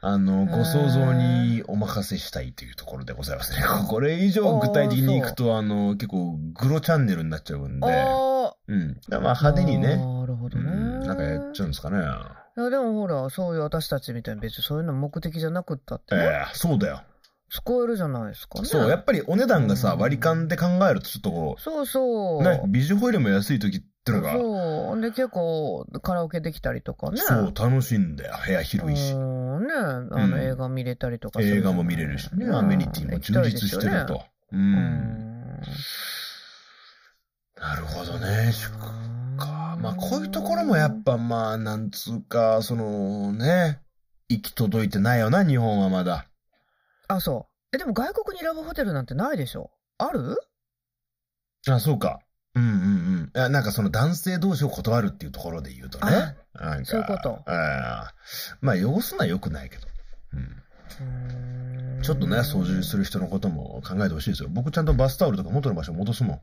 S2: あの、ご想像にお任せしたいというところでございますね。 これ以上具体的にいくと、あの、結構グロチャンネルになっちゃうんで、
S1: あ
S2: うん。まあ派手に
S1: あ
S2: ね、
S1: なるほ
S2: う
S1: どね。
S2: ん、なんかやっちゃうんですかね。
S1: いやでもほら、そういう私たちみたいに別にそういうの目的じゃなくったって、
S2: え
S1: ね
S2: えそうだよ。
S1: 聞こえるじゃないですかね。
S2: そう、やっぱりお値段がさ、
S1: うん
S2: 割り勘で考えるとちょっとこ、
S1: そうそうう。
S2: ね、ビジホイルも安い時ってのが、
S1: そう。で、結構カラオケできたりとかね。
S2: そう、楽しいんだよ。部屋広いし
S1: う。んね、あ
S2: うん
S1: の映画見れたりとかするじゃ
S2: 映
S1: ない
S2: 画も見れるしね、アメニティも充実してる。と。う。
S1: うんん。
S2: なるほどね。
S1: うん
S2: か。まあ、こういうところもやっぱ、まあ、なんつうか、そのね、行き届いてないよな、日本はまだ。
S1: あ、そう。え、でも外国にラブホテルなんてないでしょある
S2: あ、そうか。うんうんうん。いやなんかその男性同士を断るっていうところで言うとね。なんか
S1: そういうこと
S2: ええまあ、汚すのは良くないけど。うん。ちょっとね、掃除す
S1: る。
S2: る人のことも考えてほしいですよ。僕ちゃんとバスタオルとか元の場所戻 すもん。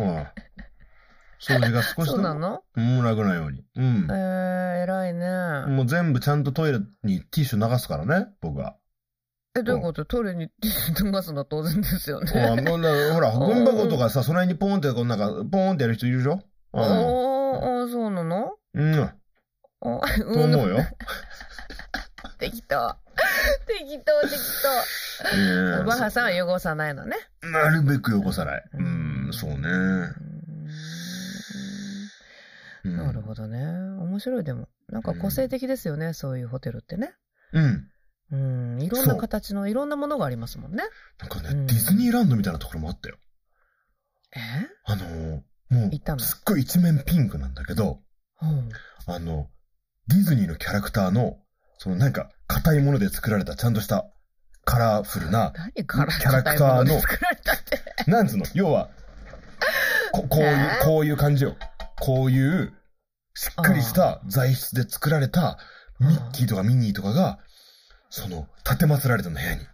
S2: うん。掃除が少し
S1: そ
S2: で
S1: うな
S2: も、
S1: の
S2: うん、楽なように。うん
S1: え。ー、偉いね。
S2: もう全部ちゃんとトイレにティッシュ流すからね、僕は。
S1: え、どういうことトイレに 流すのは当然ですよ
S2: あ
S1: ね。
S2: のなほら、ゴミ箱とかさ、その辺にポーンって、こうなんか、ポーンってやる人いるでしょ
S1: お
S2: うん
S1: ー、おーそうなの
S2: うん。と
S1: お
S2: 思 うよ。
S1: ん適 当。適当、適当。バッハさんは汚さないのね。
S2: なるべく汚さない。うん、そうね。う
S1: うん
S2: ん
S1: なるほどね。面白いでも。なんか個性的ですよね、そういうホテルってね。
S2: うん。
S1: うん、いろん
S2: そ
S1: な
S2: う
S1: 形のいろんなものがありますもんね。
S2: なんか
S1: う
S2: ね、
S1: ん
S2: ディズニーランドみたいなところもあったよ。
S1: え
S2: あのー、も
S1: いたの
S2: う、すっごい一面ピンクなんだけど、
S1: うん
S2: あの、ディズニーのキャラクターの、そのなんか、硬いもので作られた、ちゃんとした、カラフルな、
S1: 何から
S2: キャラクターの
S1: 硬いもで作られたって。
S2: なんつうの要は、ここうい
S1: ね
S2: う、こういう感じよ。こういう、しっかりした材質で作られた、ミッキーとかミニーとかが、その、立て祀られてるの部屋に。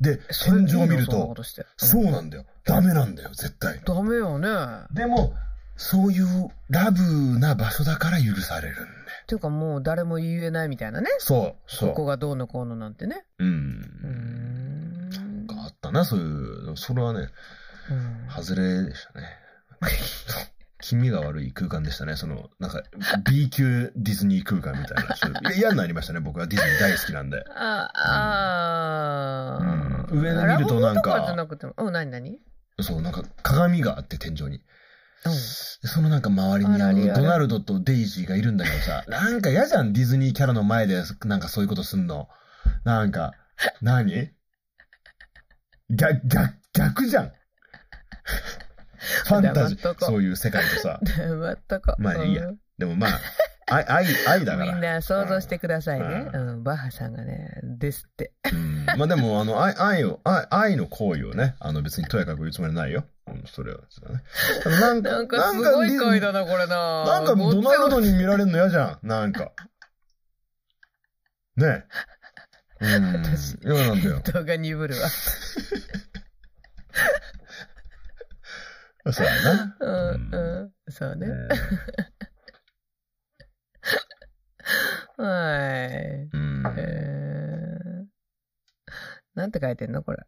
S2: で、天井を見る、
S1: そんなこととして
S2: そう
S1: うん
S2: なんだよ。ダメなんだよ、絶対。
S1: ダメよね。
S2: でも、そういうラブな場所だから許されるんだよ。
S1: っていうかもう誰も言えないみたいなね。
S2: そう、そ
S1: ここ
S2: う。
S1: がどうのこうのなんてね。
S2: う
S1: うー
S2: ん。
S1: ん。
S2: あったな、そういう、それはね、
S1: うん
S2: 外れでしたね。 気味が悪い空間でしたね。その、なんか、B 級ディズニー空間みた いな。ちょっといや嫌になりましたね。僕はディズニー大好きなんで。
S1: あ、あー、
S2: うん上で見るとなんか
S1: ラブホとじゃなくても、うん、何何
S2: そう、なんか鏡があって天井に。
S1: う
S2: でそのなんか周りに
S1: あら
S2: あ
S1: リアル
S2: の、ドナルドとデイジーがいるんだけど さ、なんか嫌じゃん、ディズニーキャラの前で、なんかそういうことすんの。なんか、何逆、逆、逆じ ゃん。ファンタジ
S1: 黙っとこ
S2: ー、
S1: う
S2: そういう世界とさ。
S1: ん。まったか。
S2: まあいいや
S1: うん
S2: でもまあ、愛、愛、愛だか
S1: み
S2: ら
S1: ん。な想像してくださいね。
S2: う
S1: うん、バッハさんがね、ですって。
S2: うんまあでも、あの、愛、愛を、愛、愛の行為をね、あの別にとやかく言うつもりはないよ。うん、それは、そうだね。でもなん
S1: なんかすごい回だ
S2: な。
S1: な、これな。
S2: なんかドナルド
S1: に。
S2: に見られるの嫌じゃん。なんか。ねえ。うん
S1: 私。
S2: 嫌なんだよ。
S1: 動画鈍るわ。
S2: そうだな。
S1: うん、うん。そう ね。はい。
S2: うん。
S1: えー、なんて書いてんのこれ。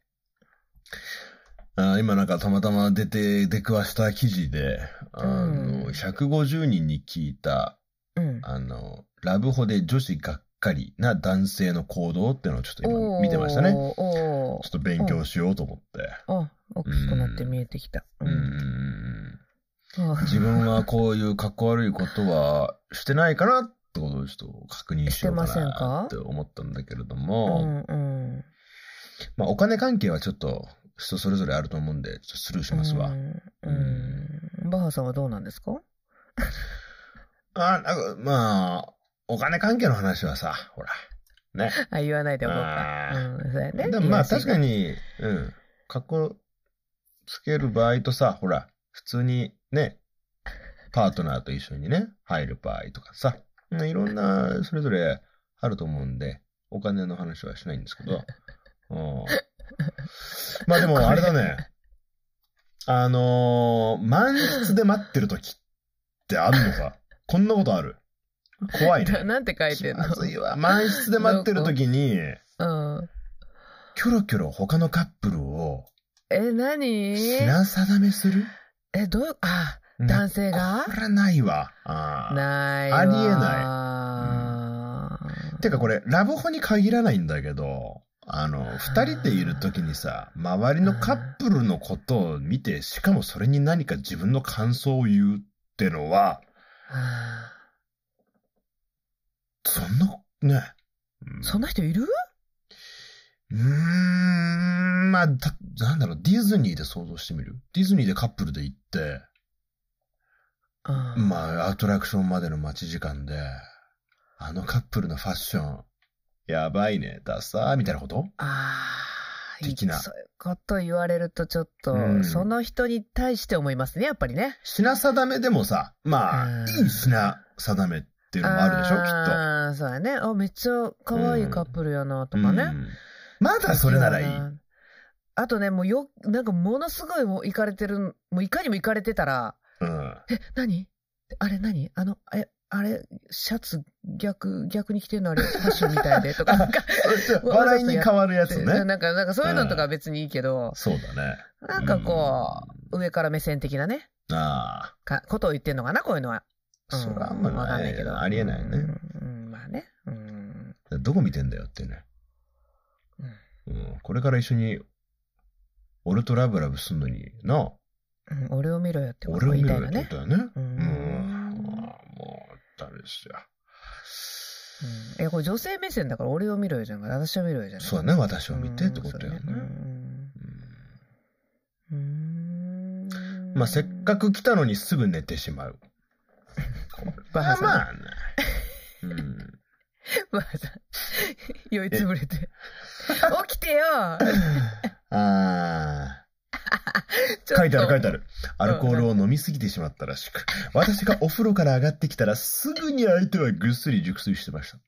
S2: あー今なんかたまたま出て、出くわした記事で、あの、
S1: うん
S2: 150人に聞いた、
S1: うん。
S2: あの、ラブホで女子がっかりな男性の行動っていうのをちょっと今見てましたね。
S1: おーお
S2: ちょっと勉強しようと思って。
S1: ーあ、大きくなって見えてきた。
S2: う
S1: うん。
S2: うんうんん。自分はこういうかっこ悪いことはしてないかなってことをちょっと確認しようか
S1: してません
S2: な
S1: か
S2: って思ったんだけれど
S1: う
S2: も、
S1: んうん。
S2: まあお金関係はちょっと人それぞれあると思うんで、ちょっとスルーしますわ。
S1: うんうん。バハさんはどうなんですか
S2: あ、なんか、まあ、お金関係の話はさ、ほら。ね。
S1: あ、言わないでおこうか
S2: あ。ー
S1: うん、そうやね。
S2: でもまあ確か
S1: に。
S2: に、うん。かっこつける場合とさ、ほら、普通にね、パートナーと一緒にね、入る場合とかさ、ねいろんな、それぞれあると思うんで、お金の話はしないんですけ ど。うんまあでも、あれだね。あのー満室で待ってる時ってあるのかこんなことある怖い ね。
S1: なんて書いてんの
S2: 気まずいわ。満室で待ってる時に、
S1: うん。
S2: キョロキョロ他のカップルを
S1: え、何
S2: 品定めする、
S1: え、どういう、あ、男性が
S2: これはないわ。あー
S1: ないわ。
S2: ありえ
S1: ない。
S2: てかこれ、ラブホに限らないんだけど、あの、二人でいる時にさ、周りのカップルのことを見て、しかもそれに何か自分の感想を言うってのは、
S1: あ
S2: そんな、ね。
S1: ーそんな人いる
S2: うーん、まあ、たなんだろう、ディズニーで想像してみるディズニーでカップルで行って、
S1: うん
S2: まあ、アトラクションまでの待ち時間で、あのカップルのファッション、やばいね、ダサー、みたいなこと
S1: ああ、
S2: 的な
S1: そういうこと言われるとちょっと、
S2: うん
S1: その人に対して思いますね、やっぱりね。
S2: 品定めでもさ、ま
S1: う
S2: あ、
S1: ん
S2: いい品定めっていうのもあるでしょ、きっ
S1: ああ、そうやね。あ、めっちゃ可愛いカップルやな、
S2: と。
S1: とか
S2: う
S1: ね。
S2: んまだそれならいい。
S1: なあとね、もうよ、なんかものすごいもう行かれてる、もういかにも行かれてたら、
S2: うん。
S1: え、何あれ何あの、え、あれ、シャツ逆、逆に着てんのあれ、ファッションみたいで とか、なんか、
S2: 笑いに変わるやつ
S1: な
S2: ね。
S1: んか、なんかそういうのとか別にいいけど、
S2: そうだね。
S1: なんかこう、上から目線的なね、
S2: う。あ
S1: か、ことを言ってんのかな、こういうのは。
S2: あ、それはあんま
S1: うわかんないけど。
S2: ありえないね。
S1: うん。うんまあね。うん。
S2: どこ見てんだよっていうね。うん。これから一緒に、俺とラブラブすんのに、なあ。
S1: うん俺を見ろよってこと
S2: 俺
S1: を
S2: を
S1: 言
S2: 見
S1: い
S2: る
S1: たいの
S2: よって
S1: ね
S2: こ。とだよね。
S1: う
S2: うんん。もう、ダメですよ。
S1: うんえ、これ女性目線だから俺を見ろよじゃんから、私を見ろよじゃん。
S2: そう
S1: う
S2: だね、私を見てってことだよね。
S1: んそうねうん。うん
S2: うんまあ、せっ か。く来たのにすぐ寝てしまう。
S1: バハさん
S2: まあね。うん。
S1: まあさ、酔いつぶれて。起き てよ
S2: あ
S1: ちょっと
S2: あ、書いてある書いてある。ア
S1: ん
S2: ルコールを飲みすぎてしまったらしく、私がお風呂から上がってきたらすぐに相手はぐっすり熟睡してました。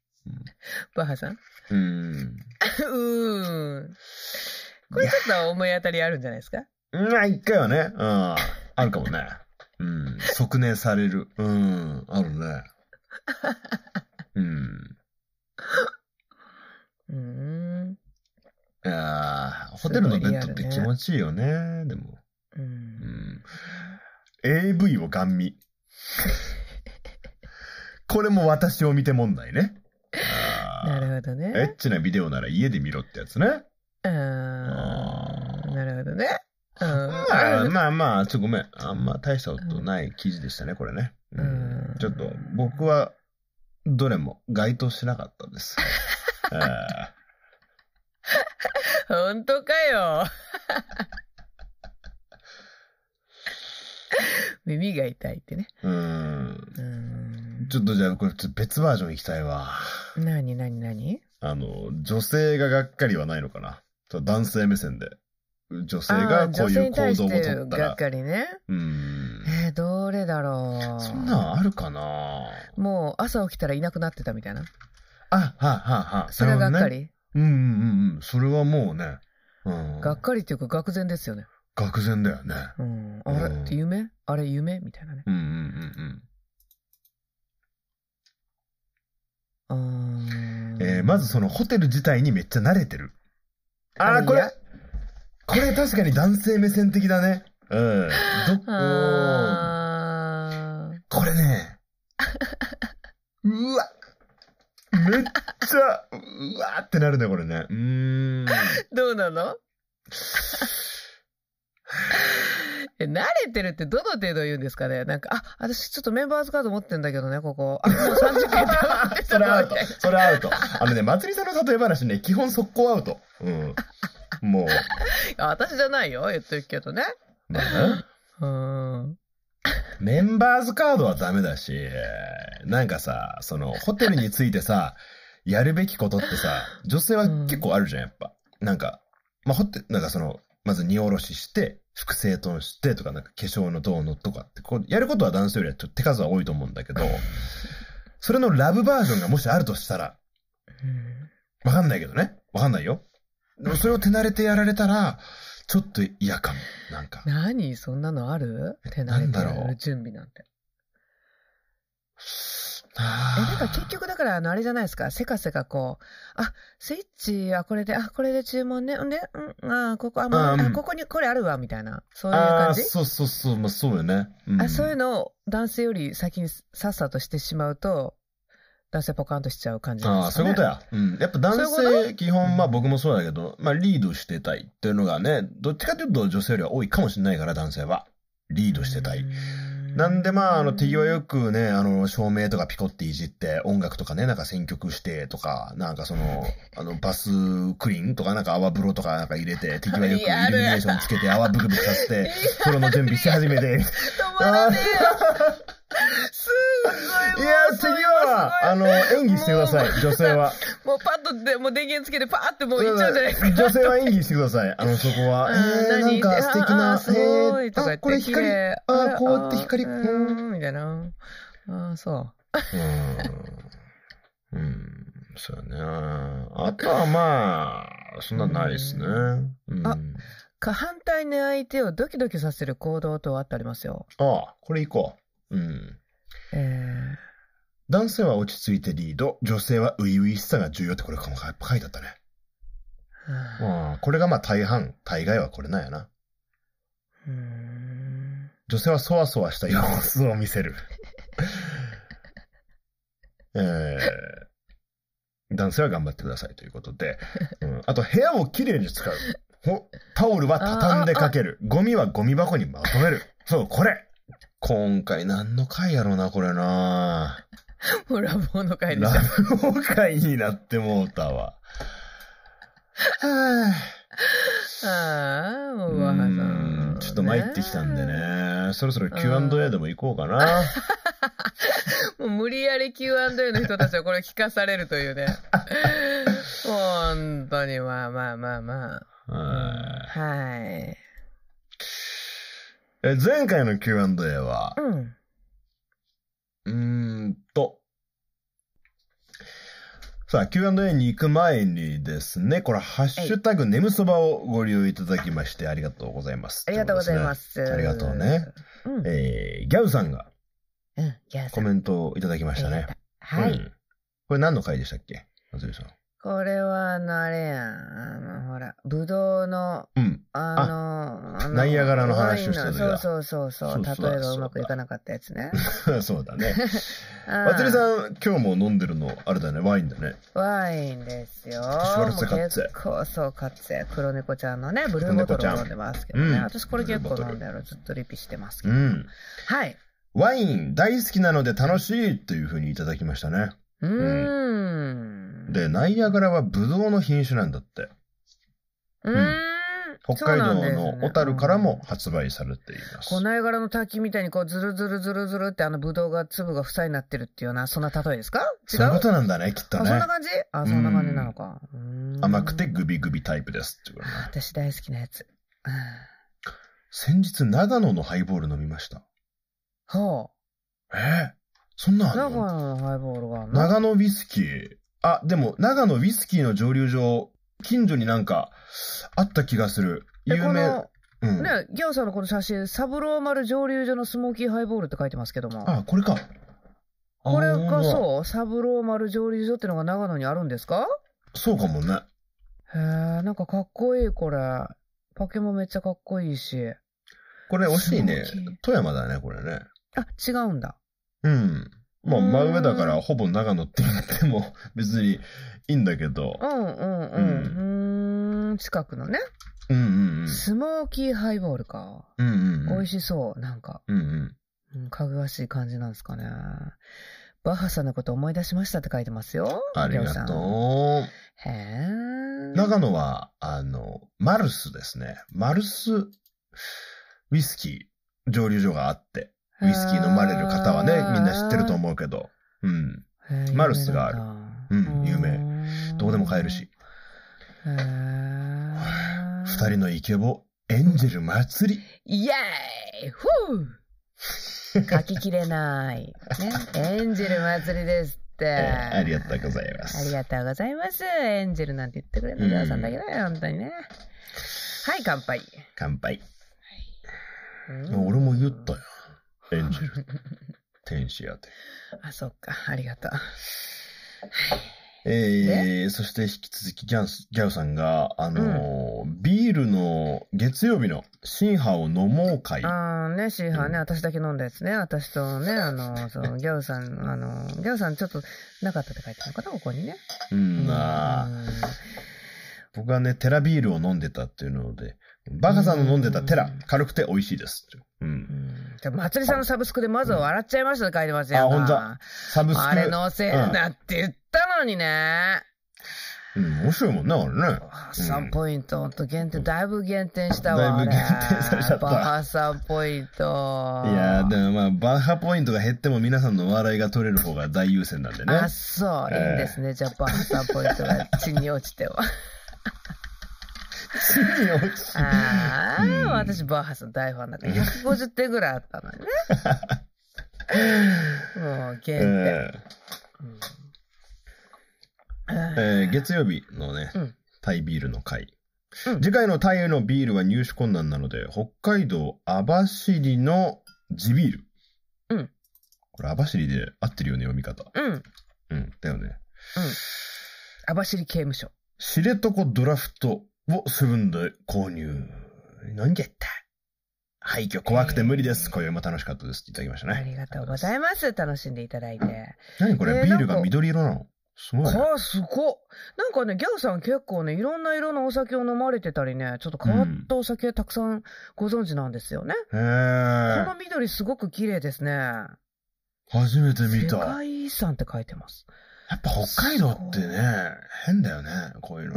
S1: バハさん。
S2: うん。
S1: うーん。これちょっと思い当たりあるんじゃないですか
S2: まあ、一回はね、うん、あるかもね。うん、即年される。うん、あるね。うん。
S1: うーん。
S2: いやーホテルのベッドって気持ちいいよね、でも。
S1: う。
S2: うんん。AV をガン見。これも私を見て問題ね。
S1: なるほど
S2: エッ
S1: ね。
S2: チなビデオなら家で見ろってやつね。
S1: あー
S2: あー
S1: なるほどね。うん。
S2: まあまあまあ、ちょ、ごめん。あんま大したことない記事でしたね、これね。うん
S1: うん
S2: ちょっと、僕は、どれも該当しなかった です。えー
S1: 本当かよ。 耳が痛いってね。
S2: うん。
S1: うーん。
S2: ちょっとじゃあ、これ、ちょっと別バージョン行きたいわ。
S1: なになになに
S2: あの、女性ががっかりはないのかな。ちょっと男性目線で。女性
S1: あ
S2: が
S1: ー
S2: こう
S1: 女
S2: い
S1: 性
S2: う
S1: に
S2: 行
S1: 対
S2: 動
S1: し
S2: を
S1: て
S2: とった
S1: がっ
S2: ら。
S1: かりね。
S2: うん。
S1: えー、どれだろう。
S2: そんなんあるかな
S1: もう朝起きたらいなくなってたみたいな。
S2: あ、はあ、はあ、はあ。
S1: それががっか
S2: なる
S1: り、
S2: ほどね。うんうんうんうん。それはもうね。うん。
S1: がっかりっていうか、愕然ですよね。
S2: 愕然だよね。
S1: うん。あれ、
S2: うん
S1: 夢あれ、夢みたいなね。
S2: うんうんうん
S1: うーん。
S2: えーまずそのホテル自体にめっちゃ慣れてる。あ
S1: あ
S2: あ、これ
S1: いや、
S2: ここれ確かに男性目線的だね。 うん。どうん
S1: あー
S2: これ ね。うわ。めっちゃ、うわーってなるね、これね。うー ん。
S1: どうな のえ慣れてるってどの程度言うんですかねなんか、あ、私ちょっとメンバーズカード持ってんだけどね、ここ。あ、もう30円だって
S2: それアウト
S1: みたい。
S2: それアウト。あのね、まつりさんの例え話ね、基本速攻アウト。うん。もう。
S1: なあ私じゃないよ、言ってるけどね。
S2: まあね
S1: うん。
S2: メンバーズカードはダメだし、なんかさ、その、ホテルについてさ、やるべきことってさ、女性は結構あるじゃん、やっぱ。なんか、まあ、ホテル、なんかその、まず荷下ろしして、複製トンしてとか、なんか化粧のどうのとかって、こう、やることは男性よりはちょっと手数は多いと思うんだけど、それのラブバージョンがもしあるとしたら、わかんないけどね。わかんないよ。でもそれを手慣れてやられたら、ちょっと嫌かも。なんか。
S1: 何そんなのある手慣
S2: な
S1: れ
S2: ん
S1: て
S2: だろう
S1: る準備なんて。え、
S2: あ
S1: だから結局だから、あの、あれじゃないですか。せかせかこう、あ、スイッチはこれで、あ、これで注文ね。んで、うん、あー、ここ、あ、もう
S2: あーうん
S1: あ、ここにこれあるわ、みたいな。そういう
S2: あ
S1: 感
S2: あ
S1: じ
S2: そうそうそう、まあそうよね。ん
S1: あそういうのを男性より先にさっさとしてしまうと、男性ポカンとしちゃう感じなん
S2: あ
S1: で
S2: あ、
S1: すか
S2: そう
S1: ね。
S2: いうことや。うん。やっぱ男
S1: そういう
S2: 性、基本、まあ僕もそうだけど、まあリードしてたいっていうのがね、どっちかというと女性よりは多いかもしれないから、男性は。リードしてたい。なんでまあ、あの、手際よくね、あの、照明とかピコっていじって、音楽とかね、なんか選曲してとか、なんか その、あの、バスクリーンとか、なんか泡風呂とかなんか入れて、手際よくイルミネーションつけて泡ブクブクさせて、風呂の準備し始 めて、
S1: 止まらね えす
S2: い
S1: ごい
S2: や、次は、あの、演技してください、女性は。
S1: もうパッとで、もう電源つけてパーってもう行っちゃうじゃ ないですか。
S2: 女性は演技してください、あの、そこは。
S1: うん
S2: えー、なん
S1: 何
S2: か素敵
S1: あ
S2: な
S1: あ、すご
S2: え
S1: い
S2: ー
S1: とか言って、
S2: あ、これ
S1: 綺
S2: 光、
S1: 麗
S2: あ
S1: れ
S2: こうやって光
S1: あ
S2: う
S1: うんーん、みたいな。ああ、そう。
S2: うん。うん。そうやね。あとはまあ、そんなないですね。うん。あ
S1: あか反対に相手をドキドキさせる行動とはあってありますよ。
S2: あ、これいこう。うん。
S1: えー
S2: 男性は落ち着いてリード、女性は初々しさが重要ってこれかもやっぱ書いてあったね。うん。これがまあ大半、大概はこれなんやな。
S1: うーん
S2: 女性はそわそわした様子を見せ る。えー男性は頑張ってくださいということで。うんあと、部屋をきれいに使う。ほタオルは畳んでかける。ゴミはゴミ箱にまとめる。そう、これ。今回何の回やろうな、これな。
S1: もうラブホの会で
S2: ラ
S1: した。
S2: ブホ回になってもうた わ。はぁ
S1: ああ、もう
S2: う
S1: わはさ
S2: ー
S1: ん
S2: ん。ちょっと参ってきたんで。ね。そろそろ Q&A でも行こうかな。
S1: もう無理やり Q&A の人たちはこれ聞かされると いうね。本当に、まあまあまあまあ。
S2: はい
S1: はい。
S2: え前回の Q&A は、
S1: うん。
S2: うーんと、さあ、Q&A に行く前にですね、これ、ハッシュタグ、ネムそばをご利用いただきまして、ありがとうございます。
S1: ありがとうございま。す。
S2: ありがとうね。
S1: うん。
S2: えー、ギャウさんが
S1: うん。ギャーさ
S2: コ
S1: ん。
S2: メントをいただきましたね。
S1: は
S2: う
S1: い。
S2: んこれ何の回でしたっけ松井さん。
S1: これは、あの、あれやん。あの、ほら、ぶどうの、
S2: うん。
S1: あの、あの
S2: ナイアガラの話をして
S1: ワ
S2: た
S1: イン
S2: 時
S1: の
S2: だ
S1: そうそうそう
S2: そうそう
S1: そう。例えばうまくいかなかったやつね。
S2: そうだね。
S1: ま
S2: 松井さん、今日も飲んでるの、あれだね、ワインだね。
S1: ワインですよ。
S2: シュワルツェカッツェ
S1: 結構そう、カッツェ。黒猫ちゃんのね、ブルーボトルを飲んでますけど
S2: 黒
S1: ね。
S2: 猫ちゃんうん
S1: 私これ結構飲んでる。ずっとリピしてますけ
S2: う
S1: ど。
S2: ん。
S1: はい。
S2: ワイン大好きなので楽しいというふうにいただきましたね。
S1: うーん。
S2: で、ナイアガラはブドウの品種なんだって。
S1: うーん。
S2: 北海道の小樽からも発売されています。
S1: こないがらの滝みたいにこうズルズルズルズルってあのブドウが粒が房になってるっていうような、そんな例えですか違う
S2: そういうことなんだね、きっと
S1: あ、そん
S2: ね
S1: な。感じあ、そんな感じなのか。うーん
S2: 甘くて。グビグビタイプですっていうことね
S1: 私大好きなやつ。うん
S2: 先日、長野のハイボール飲みました。
S1: ほ
S2: えーそんな
S1: う。
S2: んあ
S1: 長
S2: んの
S1: 野のハイボールがあるの
S2: 長野ウイスキー。あ、でも、長野ウイスキーの蒸留所、近所になんか、あった気がする。
S1: え
S2: 有
S1: こ
S2: 名
S1: の。
S2: うん。
S1: ね、ギャオさんのこの写真、サブローマル蒸留所のスモーキーハイボールって書いてますけども。
S2: あ、これか。
S1: これ
S2: あ
S1: が
S2: ー
S1: そう、サブローマル蒸留所ってのが長野にあるんですか
S2: そうかもね。
S1: へえ、なんかかっこいい、これ。パケもめっちゃかっこいいし。
S2: これ惜しいね
S1: すごい。
S2: 富山だね、これね。
S1: あ、違うんだ。
S2: うん。まあ、
S1: うん
S2: 真上だから、ほぼ長野って言っても 別にいいんだけど
S1: う。んうんうん。うーん、近くのね。
S2: うんうんうん。
S1: スモーキーハイボールか。
S2: うんうんうん。
S1: 美味しそう、なんか。
S2: うんうん。
S1: うんかぐわしい感じなんですかね。バッハさんのこと思い出しましたって書いてますよ。
S2: あり
S1: りょうさ
S2: が
S1: ん
S2: とう。
S1: へえ。
S2: 長野は、あの、マルスですね。マルスウイスキー蒸留所があって、ウイスキー飲まれる方はね、みんな知ってると思うけど。うん。
S1: へー
S2: マルスがある。うん有名
S1: 名
S2: どこでも買えるし。。
S1: へー
S2: 二人のイケボ、エンジェル祭り。
S1: イエーイふう書ききれない。ね。エンジェル祭りですって。
S2: えーありがとうございます
S1: ありがとうございます。エンジェルなんて言ってくれるの、りょうさんだけだよ、本当にね。はい、乾杯。
S2: 乾杯。
S1: うん
S2: 俺も言ったよ。エンジェル。天使やて。
S1: あ、そっか。ありがとう。
S2: えー、そして引き続きギャンスギャウさんが、あのービールの月曜日の新ハを飲もう会。
S1: ああね、シーハー
S2: うん
S1: ね、私だけ飲んだやつね。私とね、あの、その、ギャウさん、あの、ギャウさんちょっとなかったって書いてあるのかな、ここにね。
S2: うん、まあ、僕はね、テラビールを飲んでたっていうので、バカさんの飲んでたテラ
S1: うん、
S2: 軽くて美味しいです。う。
S1: うんん。じゃあ、まつりさんのサブスクでまずは笑っちゃいましたって書いてますよ。
S2: あほんとだサブスク。
S1: あれ載せんなって言ったのにね。
S2: うん、面白いもんな、あれね。
S1: 3ポイント、ほんと減点、だいぶ減点したわ。
S2: だいぶ減点されちゃった
S1: あれバー3ポイント。
S2: いやー、でもまあ、バッハポイントが減っても皆さんの笑いが取れる方が大優先なんでね。
S1: あ、そう、いいんですね。ジャパン3ポイントが地に落ちては。ああ、
S2: うん
S1: 私、バーハさん大ファンだから、150点ぐらいあったの にね。もう、
S2: え
S1: 限定。
S2: ーえー月曜日のね、
S1: うん
S2: タイビールの会。
S1: うん
S2: 次回のタイのビールは入手困難なので、北海道網走の地ビール。
S1: うん
S2: これ網走で合ってるよね、読み方。
S1: うん。
S2: うん、だよね。
S1: 網走刑務所。
S2: 知床ドラフトをセブンで購入。飲んじゃった。廃墟怖くて無理です。今宵も楽しかったです。いただきましたね。
S1: ありがとうござ
S2: ま
S1: います。楽しんでいただいて。
S2: す。何これ、
S1: ね
S2: ビー
S1: な
S2: ル
S1: ん
S2: が
S1: か
S2: 緑色なのすごいね。
S1: ああ、すごっなんかね、ギャオさん結構ね、いろんな色のお酒を飲まれてたりね、ちょっと変わったお酒たくさんご存知なんですよね。
S2: へ
S1: こ
S2: ー
S1: の。緑すごく綺麗ですね。
S2: 初めて見
S1: 世
S2: た。
S1: 界遺産って書いて ます。
S2: やっぱ北海道ってね、変だよね、こ ういうの。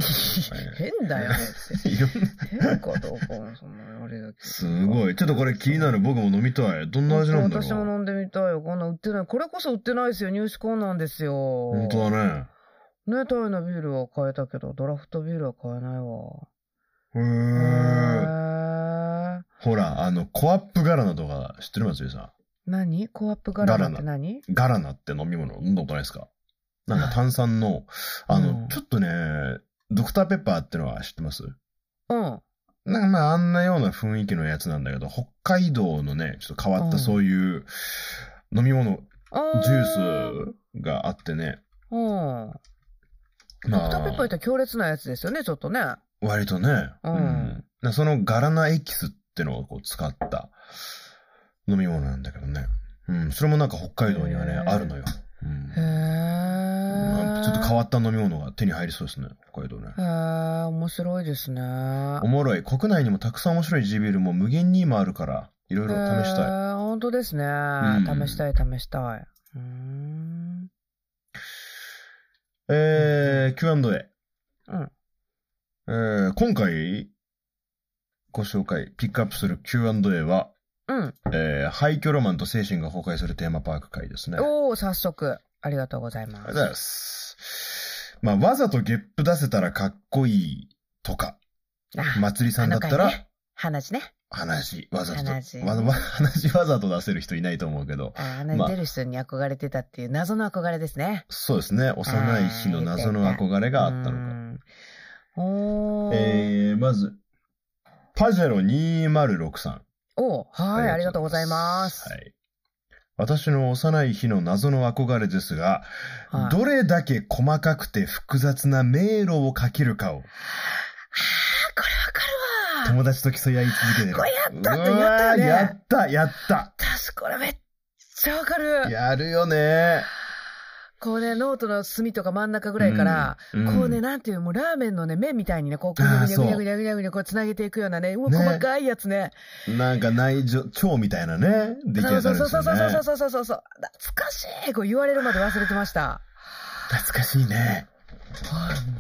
S1: 変だよねっ
S2: いろんな
S1: て。変かどうかも、その、あれだけど。
S2: すごい。ちょっとこれ気になる。僕も飲みたい。どんな味なんだろう。
S1: 私も飲んでみたいよ。こんなん売ってない。これこそ売ってないですよ。入手困難ですよ。
S2: 本当だ
S1: ねタイのビールは買えたけど、ドラフトビールは買えないわ。
S2: ね。へー。
S1: へー。
S2: ほら、あの、コアップガラナとか知ってる松井さ
S1: 何コアップガラナって
S2: ガ
S1: 何
S2: ん。ガラナって飲み物飲んだことないですかなんか炭酸の、あの、
S1: うん
S2: ちょっとね、ドクターペッパーってのは知ってます
S1: うん。
S2: なんかまああんなような雰囲気のやつなんだけど、北海道のね、ちょっと変わっ
S1: う
S2: た
S1: ん
S2: そういう飲み物、
S1: あ
S2: ジュースがあってね。
S1: うん。ドクターペッパーって強烈なやつですよね、ちょっとね。
S2: 割とね、
S1: うん
S2: なそのガラナエキスってのをこう使った飲み物なんだけどね。うん、それもなんか北海道にはね、
S1: へー
S2: あるのよ。うん
S1: へ
S2: ま
S1: ー。
S2: あちょっと変わった飲み物が手に入りそうですね、北海道ね。
S1: へー、面白いですね。
S2: おもろい。国内にもたくさん面白いジビールも無限に今あるから、いろいろ試したい。
S1: い。本当ですね。
S2: ん
S1: 試したい、試したい。うーん。
S2: えー、Q&A。
S1: うん
S2: えー、今回、ご紹介、ピックアップする Q&A は、
S1: うん。
S2: えー、廃墟ロマンと精神が崩壊するテーマパーク会ですね。
S1: おー、早速。ありがとうござい
S2: ありが
S1: ま
S2: と
S1: す。
S2: うございます。まあ、わざとゲップ出せたらかっこいいとか、
S1: あ
S2: まつりさんだった
S1: あの回
S2: ら
S1: ね、話ね。
S2: 話、わざと、
S1: 話
S2: わわ話わざと出せる人いないと思うけど、
S1: ああの、
S2: まあ
S1: 出る人に憧れてたっていう謎の憧れですね。
S2: そうですね、幼い日の謎の憧れがあったのか。
S1: か。おー。
S2: えー、まず、パジェロ206さん。
S1: おーはい、ありがとうございます。
S2: はい。私の幼い日の謎の憧れですが、
S1: はい
S2: どれだけ細かくて複雑な迷路をかけるかを
S1: あーこれわかるわ
S2: 友達と競い合い続けてる。
S1: これやったって
S2: うわーや
S1: やっ
S2: った、やった。
S1: 私これめっちゃわかる。
S2: やるよね。
S1: こうね、ノートの隅とか真ん中ぐらいから、
S2: うん、
S1: こうね、
S2: ん
S1: なんていう、もうラーメンのね、麺みたいにね、こう、ぐに
S2: あー
S1: ゃぐにゃぐにゃぐにゃぐにゃ、こう、つなげていくようなね、もう
S2: ね
S1: 細かいやつね。
S2: なんか内情、蝶みたいなね、出来
S1: そうそう
S2: 上がるん
S1: そう
S2: です
S1: そう
S2: よね。
S1: そうそうそうそうそう。懐かしいこう言われるまで忘れてました。
S2: 懐かしいね。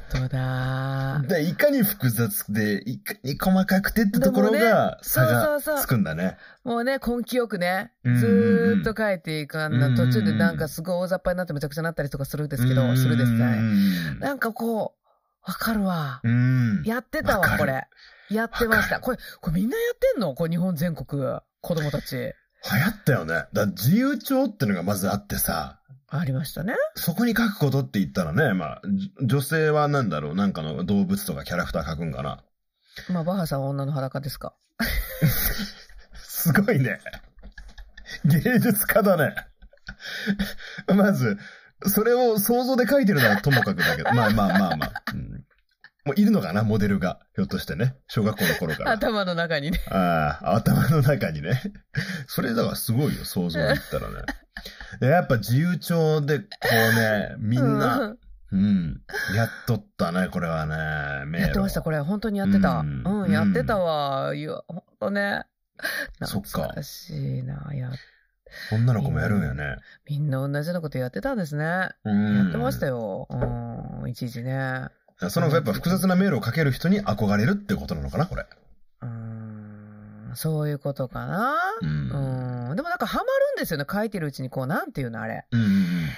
S1: 本当だ。
S2: で、いかに複雑で、いかに細かくてってところ
S1: でもね
S2: が、差
S1: そう
S2: が
S1: そうそう
S2: つくんだね。
S1: もうね、根気よくね、ず
S2: うんうんうん
S1: ーっと書いていくあんな、途中でなんかすごい大雑把になってめちゃくちゃなったりとかするんで
S2: です
S1: けど、するですね。
S2: ね。
S1: なんかこう、わかるわ。
S2: うん。
S1: やってた
S2: わか
S1: わ、
S2: る
S1: これ。やってまし
S2: わか
S1: た。これ、これみんなやってんのこれ日本全国、子供たち。
S2: 流行ったよね。だから自由帳ってのがまずあってさ、
S1: ありましたね。
S2: そこに書くことって言ったらね、まあ、じ女性はなんだろう、なんかの動物とかキャラクター書くんかな。
S1: まあ、バッハさんは女の裸ですか。
S2: すごいね。芸術家だね。まず、それを想像で書いてるならともかくだけど、まあまあまあまあ。うんもういるのかな、モデルが。ひょっとしてね。小学校の頃から。
S1: 頭の中にね。
S2: ああ、頭の中にね。それだからすごいよ、想像で言ったらね。でやっぱ自由帳で、こうね、みんな、
S1: う
S2: うん、やっとったね、これはね、迷路
S1: やってました、これ。本当にやってた。う
S2: う
S1: んん、やってたわ。いや、ほんとね。
S2: そっか
S1: 懐かしいな。や、
S2: 女の子もやるんやね。
S1: みんな同じようなことやってたんですね。
S2: うん。
S1: やってましたよ。うん、いちいちね。
S2: そのやっぱ複雑な迷路をかける人に憧れるってことなのかな、これ。
S1: うん、そういうことかな。
S2: うん。うん
S1: うん、でもなんかハマるんですよね。書いてるうちに、こう、なんていうの、あれ。
S2: うんうん。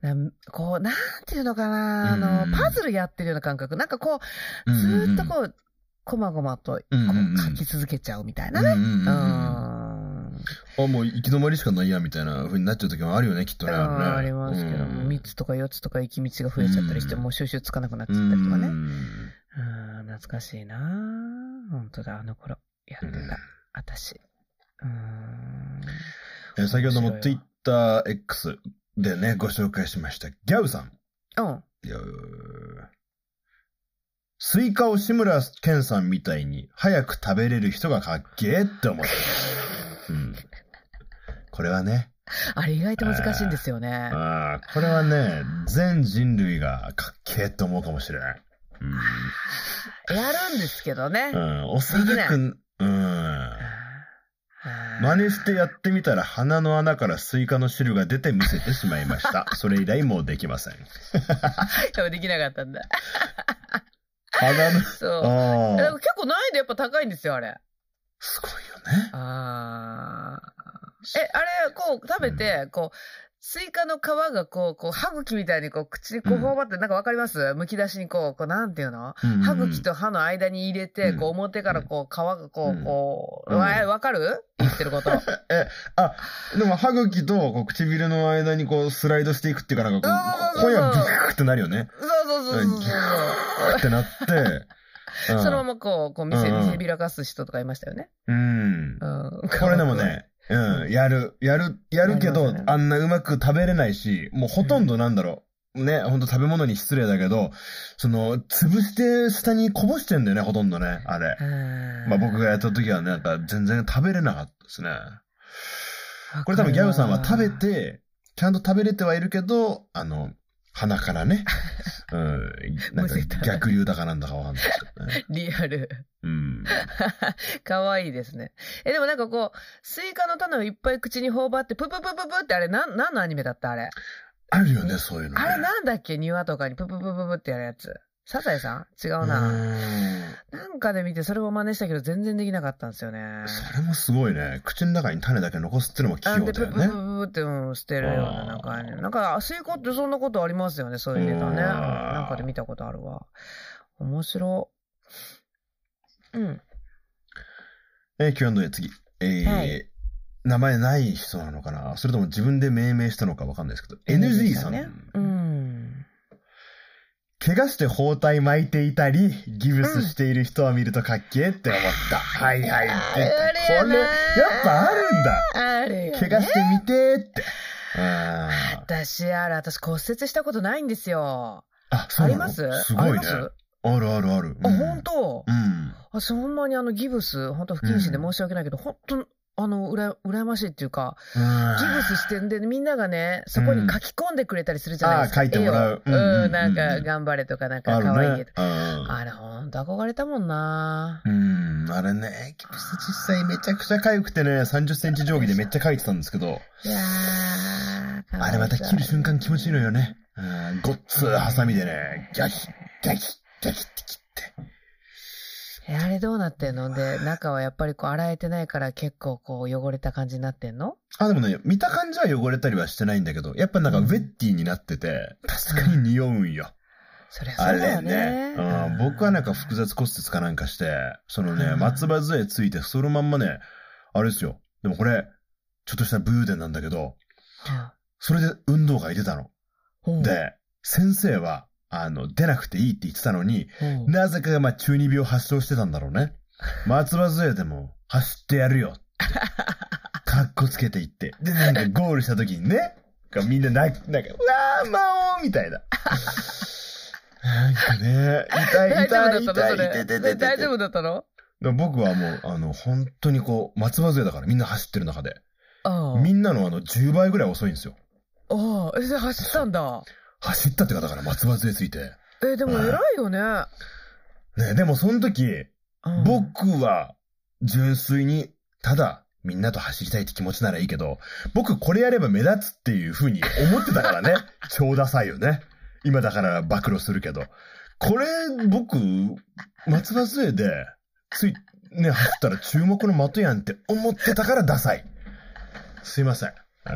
S1: なんこう、なんていうのかな。あ
S2: う
S1: の
S2: ん、
S1: パズルやってるような感覚。なんかこう、
S2: うん
S1: ず
S2: うんう
S1: ー
S2: ん
S1: っとこう、こまごまと、こ
S2: うんうんうん
S1: う、書き続けちゃうみたいな
S2: うん
S1: ね。
S2: うんうんう
S1: うん
S2: あ、
S1: ん。
S2: もう行き止まりしかないや、みたいな風になっちゃう時もあるよね、きっとね。
S1: うん
S2: れね
S1: ありますけど、
S2: うん
S1: 3つとか4つとか行き道が増えちゃったりして、
S2: うん
S1: もう収集つかなくなっちゃったりとかね。
S2: う
S1: うん
S2: ん
S1: 懐かしいなぁ本当だ、あの頃。やって
S2: うん
S1: た、私。うん。
S2: えー先ほども
S1: 面白いわ
S2: TwitterX でね、ご紹介しました、ギャウさん。
S1: うん。
S2: いやースイカを志村けんさんみたいに早く食べれる人がかっけえって思った。うん。これはね、
S1: あれ意外と難しいんですよね。
S2: あーこれはね、全人類がかっけえって思うかもしれない。
S1: やるんですけどね
S2: うん。う。ん。おそらく、うん。
S1: 真
S2: 真似してやってみたら鼻の穴からスイカの汁が出て見せてしまいました。それ以来もうできませ ん。
S1: でもできなかったんだ。
S2: 鼻の
S1: そう。
S2: あ
S1: で
S2: あ
S1: も。結構難易度やっぱ高いんですよ、あれ。
S2: すごいよね。
S1: あーえ、あれ、こう、食べて、こう、スイカの皮がこう、こう、歯茎みたいにこう、口にこ
S2: う
S1: うん頬張って、なんかわかりますむき出しにこう、こう、なんていうの歯茎と歯の間に入れて、
S2: うん
S1: こう、表からこう、皮がこ
S2: うん
S1: う、こう、
S2: うん
S1: わ、わかる言ってる こと。
S2: あ、でも歯茎とこう唇の間にこうスライドしていくっていうかなんかこう、
S1: そうそうそう
S2: 声
S1: そう
S2: がブクってなるよね。
S1: そうそうそうそうそう。
S2: って なって。うん
S1: そのままこう、こう見せ、
S2: うんうん
S1: 見せびらかす人とかいましたよね。
S2: うん。
S1: うん。
S2: これでも。ね、うん、やる、やる、やるけ
S1: や
S2: ど
S1: りますね、
S2: あんなうまく食べれないし、もうほとんどなんだろう。ね、ほんと食べ物に失礼だけど、その、潰して下にこぼしてんだよね、ほとんどね、あれ。まあ僕がやった時はね、なんか全然食べれなかったですね。これ多分ギャルさんは食べて、ちゃんと食べれてはいるけど、あの、鼻か らね、うん、なんか
S1: むせた
S2: 逆流だかなんだかわかんないですけどね。
S1: リアル。
S2: うん。
S1: かわいいですね。え、でもなんかこう、スイカの種をいっぱい口に頬張って、プププププってあれ、なん、なんのアニメだったあれ。
S2: あるよね、そういうの、ね。
S1: あれなんだっけ庭とかにプププププってやるやつ。サザエさん違うな。
S2: う
S1: なんかで見てそれを真似したけど全然できなかったんですよね
S2: ん。。それもすごいね。口の中に種だけ残すってのも器
S1: あんで、
S2: 用だ
S1: プ
S2: よ
S1: プププ
S2: ね。
S1: プって、うん、してるような、なんか、なんか、スイカってそんなことありますよね、そういうネタね。う
S2: う
S1: んんなんかで見たことあるわ。面白。うん。
S2: えー、Q&A 次。えー
S1: はい
S2: 名前ない人なのかなそれとも自分で命名したのかわかんないですけど。NG さん。
S1: ねうん。
S2: 怪我して包帯巻いていたり、ギブスしている人を見るとかっけえって思った。はいはい。
S1: あれや
S2: こ
S1: ね
S2: れ、やっぱあるんだ。
S1: あれやね
S2: 怪我してみてーって。あー
S1: 私、あれ、私骨折したことないんですよ。
S2: あ、そ
S1: あ
S2: う
S1: り
S2: なの
S1: ます
S2: す
S1: あ
S2: ご
S1: り
S2: いね
S1: ま。す
S2: あるあるある。
S1: あ、
S2: うん
S1: 本当
S2: うん。
S1: 私ほんまにあのギブス、本当不謹慎で申し訳ないけど、本当あの、うら、羨ましいっていうか、ギブスしてんで、みんながね、そこに書き込んでくれたりするじゃないですか。
S2: うんあー書いてもらう
S1: 絵を
S2: うんうん
S1: うん、なん
S2: うん
S1: か、
S2: うん
S1: 頑張れとか、なん
S2: あ
S1: か、可愛い
S2: る
S1: い
S2: ね。あ
S1: あれ、ほんと憧れたもんな
S2: ーうん、あれね、ギブス実際めちゃくちゃかゆくてね、30センチ定規でめっちゃ書いてたんですけど、
S1: いやー
S2: あれまた切る瞬間気持ちいいのよね。うん、ごっつーハサミでね、ギャキ、ギャキ、ギャキって切って。
S1: え、あれどうなってんので、中はやっぱりこう、洗えてないから結構こう、汚れた感じになってんの
S2: あ、でもね、見た感じは汚れたりはしてないんだけど、やっぱなんかウェッティになってて、確かに匂うんよ。
S1: そりゃそ
S2: あ
S1: うだ
S2: れ
S1: よね。。
S2: ねうん、僕はなんか複雑骨折かなんかして、そのね、
S1: うん
S2: 松葉杖ついて、そのまんまね、あれですよ。でもこれ、ちょっとしたブーデンなんだけど、それで運動会出たの。
S1: うん、
S2: で、先生は、あの、出なくていいって言ってたのに、
S1: うん、
S2: なぜかまあ中二病発症してたんだろ うね。松葉杖でも、走ってやるよって。かっこつけていって。で、なんかゴールした時にね、みんな泣く、なんか、うわー、魔王 みたいな。なんかね、痛
S1: 大
S2: い
S1: 丈夫
S2: 痛
S1: だ
S2: い
S1: ったのそ
S2: 痛い
S1: れ
S2: 痛い痛い痛い痛
S1: ね
S2: い
S1: 大丈夫だったの
S2: だから僕はもう、あの、本当にこう、松葉杖だからみんな走ってる中で、
S1: あ
S2: みんなのあの、10倍ぐらい遅いんですよ。
S1: ああ、え、それ走ったんだ。
S2: 走ったって方から松葉杖ついて。
S1: え、でも偉いよね。
S2: ね、でもその時、
S1: うん、
S2: 僕は、純粋に、ただ、みんなと走りたいって気持ちならいいけど、僕これやれば目立つっていうふうに思ってたか らね。超ダサいよね。今だから暴露するけど。これ、僕、松葉杖で、つい、ね、走ったら注目の的やんって思ってたからダサい。すいません。え